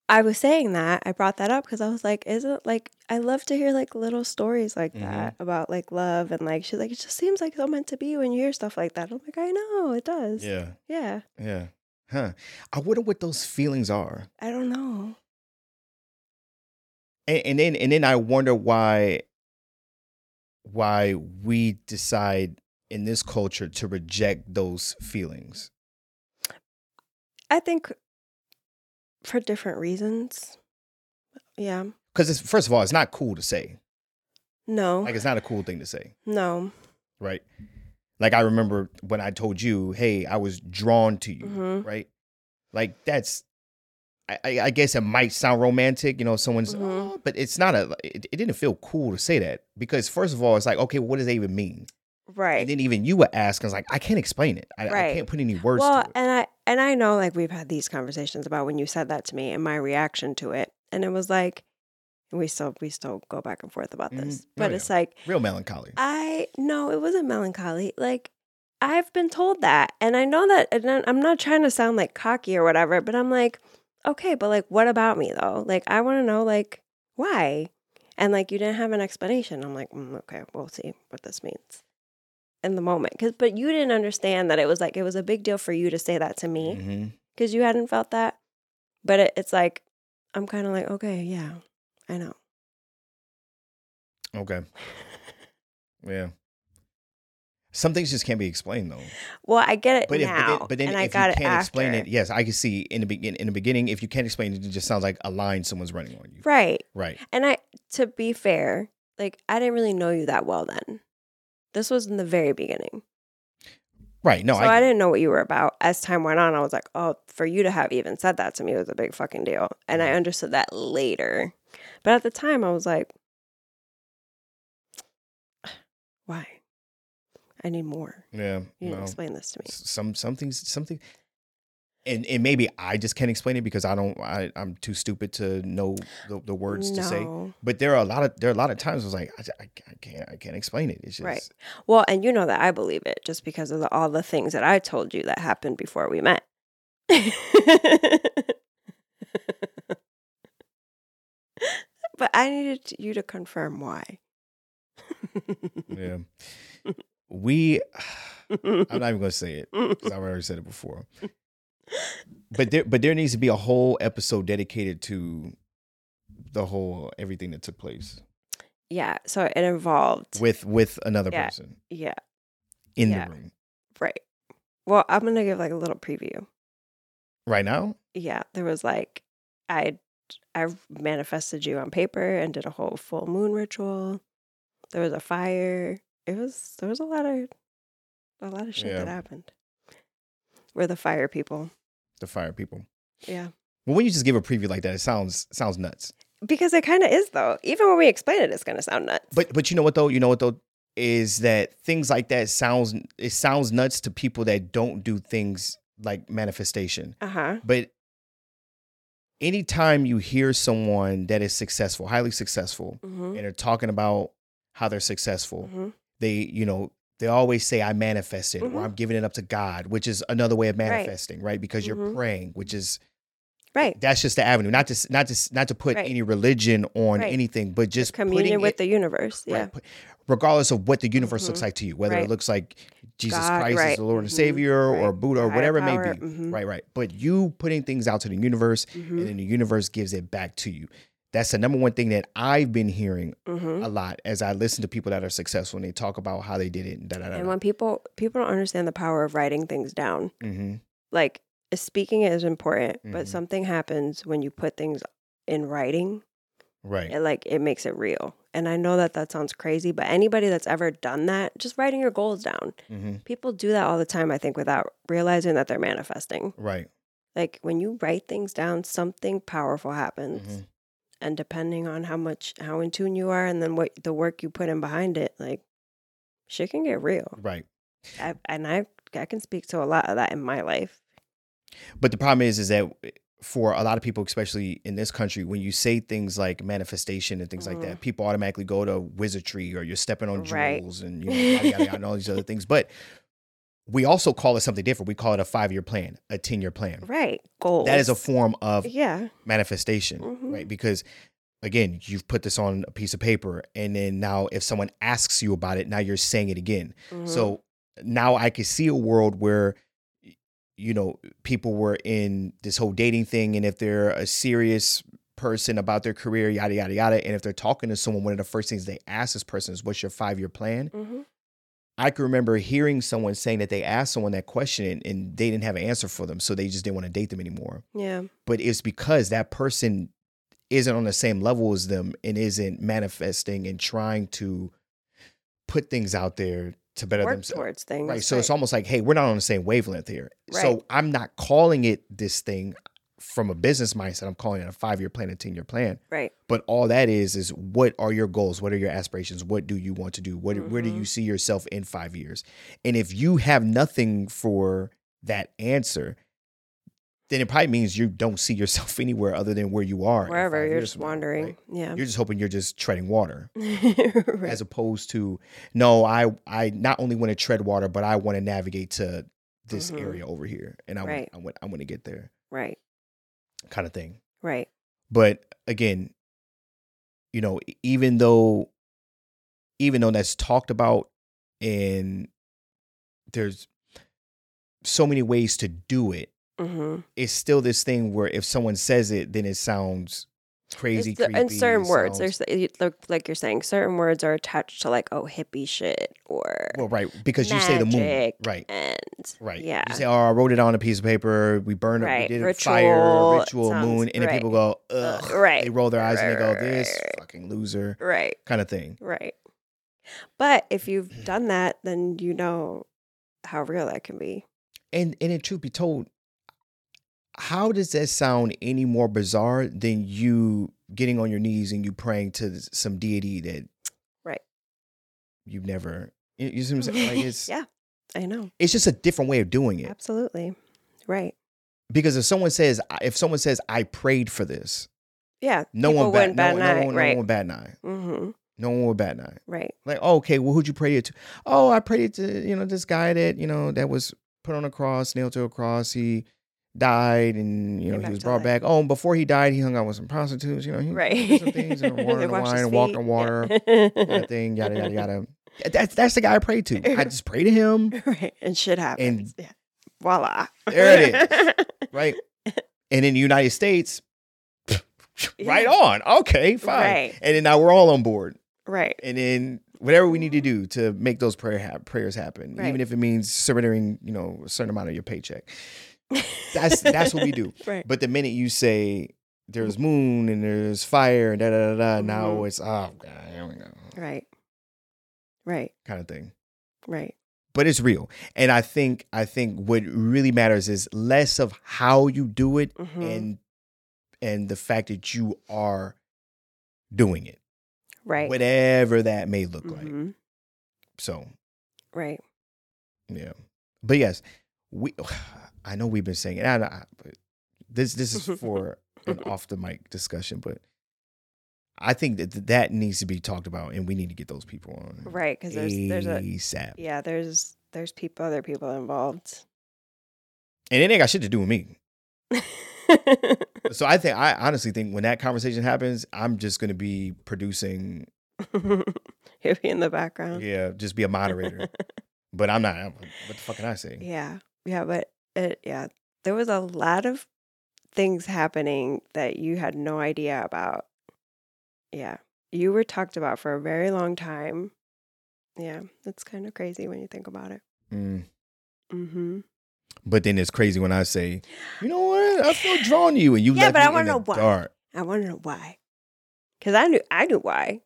S2: I was saying that, I brought that up because I was like, isn't like, I love to hear like little stories like
S1: Mm-hmm.
S2: that about like love and like, she's like, it just seems like so meant to be when you hear stuff like that. I'm like, I know it does.
S1: Yeah.
S2: Yeah.
S1: Yeah. Huh. I wonder what those feelings are.
S2: I don't know.
S1: And, and then and then I wonder why why we decide in this culture to reject those feelings.
S2: I think for different reasons. Yeah.
S1: Because it's first of all, it's not cool to say.
S2: No.
S1: Like it's not a cool thing to say,
S2: no.
S1: right? Like I remember when I told you, hey, I was drawn to you,
S2: Mhm.
S1: right? Like that's I, I I guess it might sound romantic, you know, someone's
S2: Mhm.
S1: "Oh," but it's not a it, it didn't feel cool to say that because first of all, it's like, okay, what does that even mean?
S2: Right.
S1: And then even you were asking, like, I can't explain it. I, I
S2: Right.
S1: can't put any words
S2: well,
S1: to it.
S2: and I and I know like we've had these conversations about when you said that to me and my reaction to it, and it was like, and we still we still go back and forth about this,
S1: Mhm. Oh,
S2: but
S1: yeah.
S2: it's like
S1: Real melancholy.
S2: I no, it wasn't melancholy. Like I've been told that, and I know that, and I'm- I'm not trying to sound like cocky or whatever, but I'm like, okay, but like, what about me though? Like, I want to know like why, and like you didn't have an explanation. I'm like, mm, okay, we'll see what this means in the moment, because but you didn't understand that it was like it was a big deal for you to say that to me
S1: hmm
S2: because you hadn't felt that, but it, it's like I'm kind of like, okay, yeah, I know.
S1: Okay. yeah. Some things just can't be explained though.
S2: Well, I get it
S1: But if, but
S2: Uh, now,
S1: then, but then
S2: and
S1: if
S2: I
S1: you
S2: got
S1: can't
S2: it after.
S1: explain it, yes, I can see in the begin in the beginning. If you can't explain it, it just sounds like a line someone's running on you.
S2: right?
S1: Right.
S2: And I, to be fair, like I didn't really know you that well then. This was in the very beginning.
S1: Right. No,
S2: so
S1: I,
S2: I,
S1: get it.
S2: didn't know what you were about. As time went on, I was like, oh, for you to have even said that to me was a big fucking deal. And I
S1: Mhm.
S2: understood that later. But at the time, I was like, why? I need more.
S1: yeah.
S2: You didn't
S1: no.
S2: explain this to me.
S1: S- Some something something. And, and maybe I just can't explain it because I don't I, I'm too stupid to know the, the words to say.
S2: No.
S1: But there are a lot of there are a lot of times I was like I, j- I ca- I can't I can't explain it. It's just
S2: Right. Well, and you know that I believe it just because of the, all the things that I told you that happened before we met. but I needed you to confirm why.
S1: yeah. we I'm not even gonna say it because I've already said it before. But there but there needs to be a whole episode dedicated to the whole everything that took place
S2: yeah. So it involved.
S1: with with another
S2: Yeah.
S1: person
S2: Yeah.
S1: in
S2: Yeah.
S1: the room.
S2: Right. Well, I'm going to give like a little preview.
S1: Right now?
S2: yeah, there was like I I manifested you on paper and did a whole full moon ritual. There was a fire. It was there was a lot of a lot of shit
S1: Yeah.
S2: that happened. We're the fire people.
S1: The fire people.
S2: Yeah.
S1: Well when you just give a preview like that, it sounds sounds nuts.
S2: Because it kind of is though. Even when we explain it, it's gonna sound nuts.
S1: But but you know what though? You know what though? Is that things like that sounds it sounds nuts to people that don't do things like manifestation.
S2: uh huh.
S1: But anytime you hear someone that is successful, highly successful,
S2: Mm-hmm.
S1: and they're talking about how they're successful,
S2: hmm
S1: they, you know, they always say, I manifested or
S2: Mhm.
S1: I'm giving it up to God, which is another way of
S2: Right.
S1: manifesting, right? Because you're
S2: Mhm.
S1: praying, which is
S2: Right.
S1: that's just the avenue. Not to s- not to s- not to put
S2: Right.
S1: any religion on
S2: Right.
S1: anything, but just putting
S2: Communion with
S1: it,
S2: the universe. Yeah.
S1: right, put- regardless of what the universe looks
S2: Mhm.
S1: like to you, whether it
S2: Right.
S1: looks like Jesus
S2: God,
S1: Christ is
S2: right.
S1: the Lord and
S2: Mhm.
S1: Savior or
S2: Right.
S1: Buddha or whatever it may be.
S2: Mm-hmm.
S1: Right, right. But you putting things out to the universe
S2: hmm
S1: and then the universe gives it back to you. That's the number one thing that I've been hearing
S2: hmm
S1: a lot as I listen to people that are successful and they talk about how they did it and da da da.
S2: And when people people don't understand the power of writing things down,
S1: Mm-hmm.
S2: like eh, speaking is important, but
S1: Mhm.
S2: something happens when you put things in writing.
S1: Right.
S2: It like it makes it real. And I know that that sounds crazy, but anybody that's ever done that, just writing your goals down.
S1: Mm-hmm.
S2: People do that all the time, I think, without realizing that they're manifesting.
S1: Right.
S2: Like when you write things down, something powerful happens.
S1: Mhm.
S2: And depending on how much, how in tune you are, and then what the work you put in behind it, like shit can get real.
S1: Right.
S2: I, and I, I can speak to a lot of that in my life.
S1: But the problem is, is that for a lot of people, especially in this country, when you say things like manifestation and things like that, people automatically go to wizardry or you're stepping on
S2: Mm-hmm. Right.
S1: jewels and you know yada, yada, yada, and all these other things. But we also call it something different. We call it a five year plan, a ten year plan.
S2: Right. Goals.
S1: That is a form of
S2: Yeah.
S1: manifestation,
S2: Mhm.
S1: right? Because again, you've put this on a piece of paper, and then now if someone asks you about it, now you're saying it again.
S2: Mhm.
S1: So now I could see a world where, y- you know, people were in this whole dating thing, and if they're a serious person about their career, yada yada yada, and if they're talking to someone, one of the first things they ask this person is, "What's your five year plan?"
S2: Mhm.
S1: I can remember hearing someone saying that they asked someone that question and, and they didn't have an answer for them, so they just didn't want to date them anymore.
S2: Yeah.
S1: But it's because that person isn't on the same level as them and isn't manifesting and trying to put things out there to better
S2: Work
S1: themselves.
S2: towards things.
S1: Right. So it's almost like, hey, we're not on the same wavelength here.
S2: Right.
S1: So I'm not calling it this thing from a business mindset. I'm calling it a five year plan, a 10 year plan.
S2: Right.
S1: But all that is, is what are your goals? What are your aspirations? What do you want to do? What, Where
S2: Mm-hmm.
S1: do you see yourself in five years? And if you have nothing for that answer, then it probably means you don't see yourself anywhere other than where you are. in
S2: Wherever
S1: five
S2: you're
S1: years
S2: just
S1: from now,
S2: wandering.
S1: right?
S2: Yeah.
S1: You're just hoping you're just treading water
S2: Right.
S1: as opposed to no i i not only want to tread water but i want to navigate to this
S2: Mhm.
S1: area over here and i
S2: Right.
S1: want i want i want to get there
S2: Right.
S1: kind of thing
S2: Right.
S1: but again you know e- even though even though that's talked about and there's so many ways to do it
S2: Mm-hmm.
S1: it's still this thing where if someone says it then it sounds crazy
S2: It's the-
S1: creepy,
S2: and certain
S1: it
S2: words,
S1: sounds-
S2: there's you- like like you're saying, certain words are attached to like oh hippie shit or
S1: well right because you say the moon
S2: magic
S1: right
S2: and
S1: Right.
S2: yeah
S1: You say, "Oh, I wrote it on a piece of paper. We burned it. We
S2: Right.
S1: did a
S2: Ritual
S1: fire ritual
S2: sounds-
S1: moon," and then
S2: right.
S1: people go, "Ugh."
S2: right.
S1: They roll their eyes and they go, "This
S2: Right.
S1: fucking loser,"
S2: right
S1: kind of thing.
S2: right. But if you've done that, then you know how real that can be.
S1: And and in truth be told, how does that sound any more bizarre than you getting on your knees and you praying to some deity that,
S2: Right.
S1: You've never. You you see what I'm saying? Like it's
S2: yeah, I know
S1: it's just a different way of doing it.
S2: absolutely right.
S1: Because if someone says, if someone says, "I prayed for this,"
S2: Yeah,
S1: no one
S2: people
S1: bat,
S2: wouldn't
S1: no,
S2: bat
S1: no
S2: an eye,
S1: one, no
S2: right?
S1: one would bat an eye.
S2: Mm-hmm.
S1: No one would bat an eye.
S2: Right.
S1: Like, oh, okay, well, who'd you pray it to? Oh, I prayed it to, you know, this guy that, you know, that was put on a cross, nailed to a cross. He died and, you
S2: Came
S1: know,
S2: back
S1: he was
S2: to
S1: brought
S2: life.
S1: back. Oh, and before he died, he hung out with some prostitutes, you know, he
S2: Right.
S1: did some things and water
S2: They
S1: and
S2: washed
S1: wine
S2: his
S1: and walked
S2: feet.
S1: on water,
S2: Yeah.
S1: that thing, yada, yada, yada. That's, that's the guy I prayed to. I just prayed to him,
S2: right. And shit happens. yeah. Voila.
S1: There it right? And in the United States, right
S2: Yeah.
S1: on. Okay, fine.
S2: Right.
S1: And then now we're all on board.
S2: Right.
S1: and then whatever we need to do to make those prayer ha- prayers happen,
S2: Right.
S1: even if it means surrendering, you know, a certain amount of your paycheck. That's that's what we do.
S2: Right.
S1: But the minute you say there's moon and there's fire and da da da da, now
S2: Mm-hmm.
S1: it's oh god, here we go,
S2: Right. Right.
S1: kind of thing.
S2: Right.
S1: But it's real, and I think I think what really matters is less of how you do it
S2: Mm-hmm.
S1: and and the fact that you are doing it,
S2: right.
S1: whatever that may look like.
S2: Mhm.
S1: So
S2: Right.
S1: Yeah, but yes, we. I know we've been saying it. I, I, but this this is for an off the mic discussion, but I think that that needs to be talked about, and we need to get those people on
S2: Right. Because there's there's a
S1: ASAP.
S2: yeah there's there's people other people involved.
S1: And it ain't got shit to do with me. So I think I honestly think when that conversation happens, I'm just gonna be producing.
S2: He'll be in the background.
S1: Yeah, just be a moderator. but I'm not. I'm, what the fuck can I say?
S2: Yeah. Yeah, but it yeah, there was a lot of things happening that you had no idea about yeah, you were talked about for a very long time. Yeah, it's kind of crazy when you think about it.
S1: Mm.
S2: Mm-hmm.
S1: But then it's crazy when I say, you know what? I feel drawn to you, and you
S2: Yeah,
S1: left
S2: but
S1: me
S2: I
S1: in
S2: wanna
S1: the
S2: know why.
S1: dark.
S2: I want to know why, because I knew I knew why,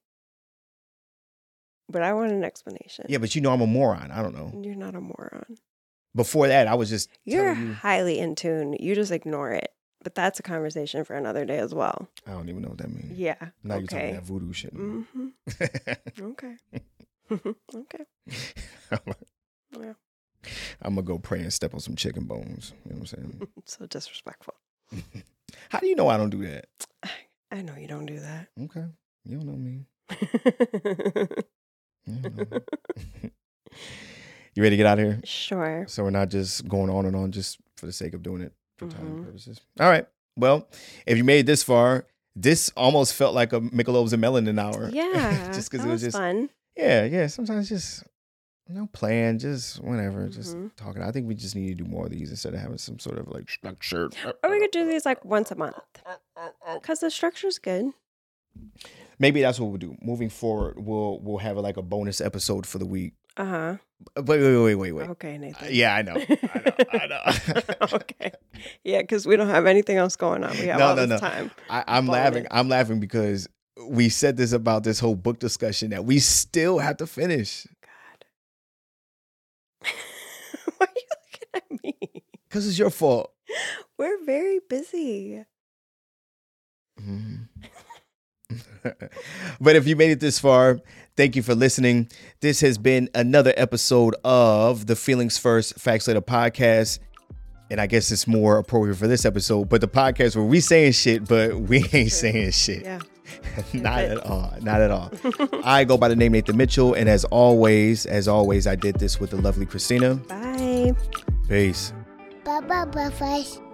S2: but I want an explanation.
S1: Yeah, but you know I'm a moron. I don't know.
S2: You're not a moron.
S1: Before that, I was just
S2: You're
S1: telling you.
S2: highly in tune. You just ignore it. But that's a conversation for another day as well.
S1: I don't even know what that means.
S2: Yeah.
S1: Mm. Now you're talking
S2: okay.
S1: that voodoo shit.
S2: Mm-hmm. Okay. okay. Yeah.
S1: I'm gonna go pray and step on some chicken bones. You know what I'm saying?
S2: So disrespectful.
S1: How do you know I don't do that?
S2: I know you don't do that.
S1: Okay, you don't know me. You, don't know me. You ready to get out of here?
S2: sure.
S1: So we're not just going on and on just for the sake of doing it for time
S2: Mhm.
S1: purposes. All right. Well, if you made it this far, this almost felt like a Michelob's and Melon an hour.
S2: Yeah.
S1: just
S2: that
S1: because it was just
S2: fun.
S1: Yeah, yeah. Sometimes just no plan, just whatever, just
S2: Mhm.
S1: talking. I think we just need to do more of these instead of having some sort of like structured.
S2: Or we could do these like once a month. Because the structure's good.
S1: Maybe that's what we'll do. Moving forward, we'll we'll have like a bonus episode for the week.
S2: Uh huh.
S1: Wait, wait, wait, wait, wait.
S2: Okay, Nathan.
S1: Uh, yeah, I know. I know. I know.
S2: okay. Yeah, because we don't have anything else going on. We have
S1: No,
S2: all
S1: no,
S2: this
S1: no.
S2: time.
S1: I, I'm
S2: Bonus.
S1: laughing. I'm laughing because we said this about this whole book discussion that we still have to finish
S2: God. Why are you looking at me?
S1: because it's your fault.
S2: We're very busy.
S1: Mhm. Mm-hmm. but if you made it this far, thank you for listening. This has been another episode of the Feelings First Facts Later podcast. And I guess it's more appropriate for this episode, but the podcast where we saying shit, but we ain't saying shit.
S2: Yeah.
S1: Not at all. Not at all. I go by the name Nathan Mitchell. And as always, as always, I did this with the lovely Christina.
S2: Bye.
S1: Peace.
S3: Baba Bafas.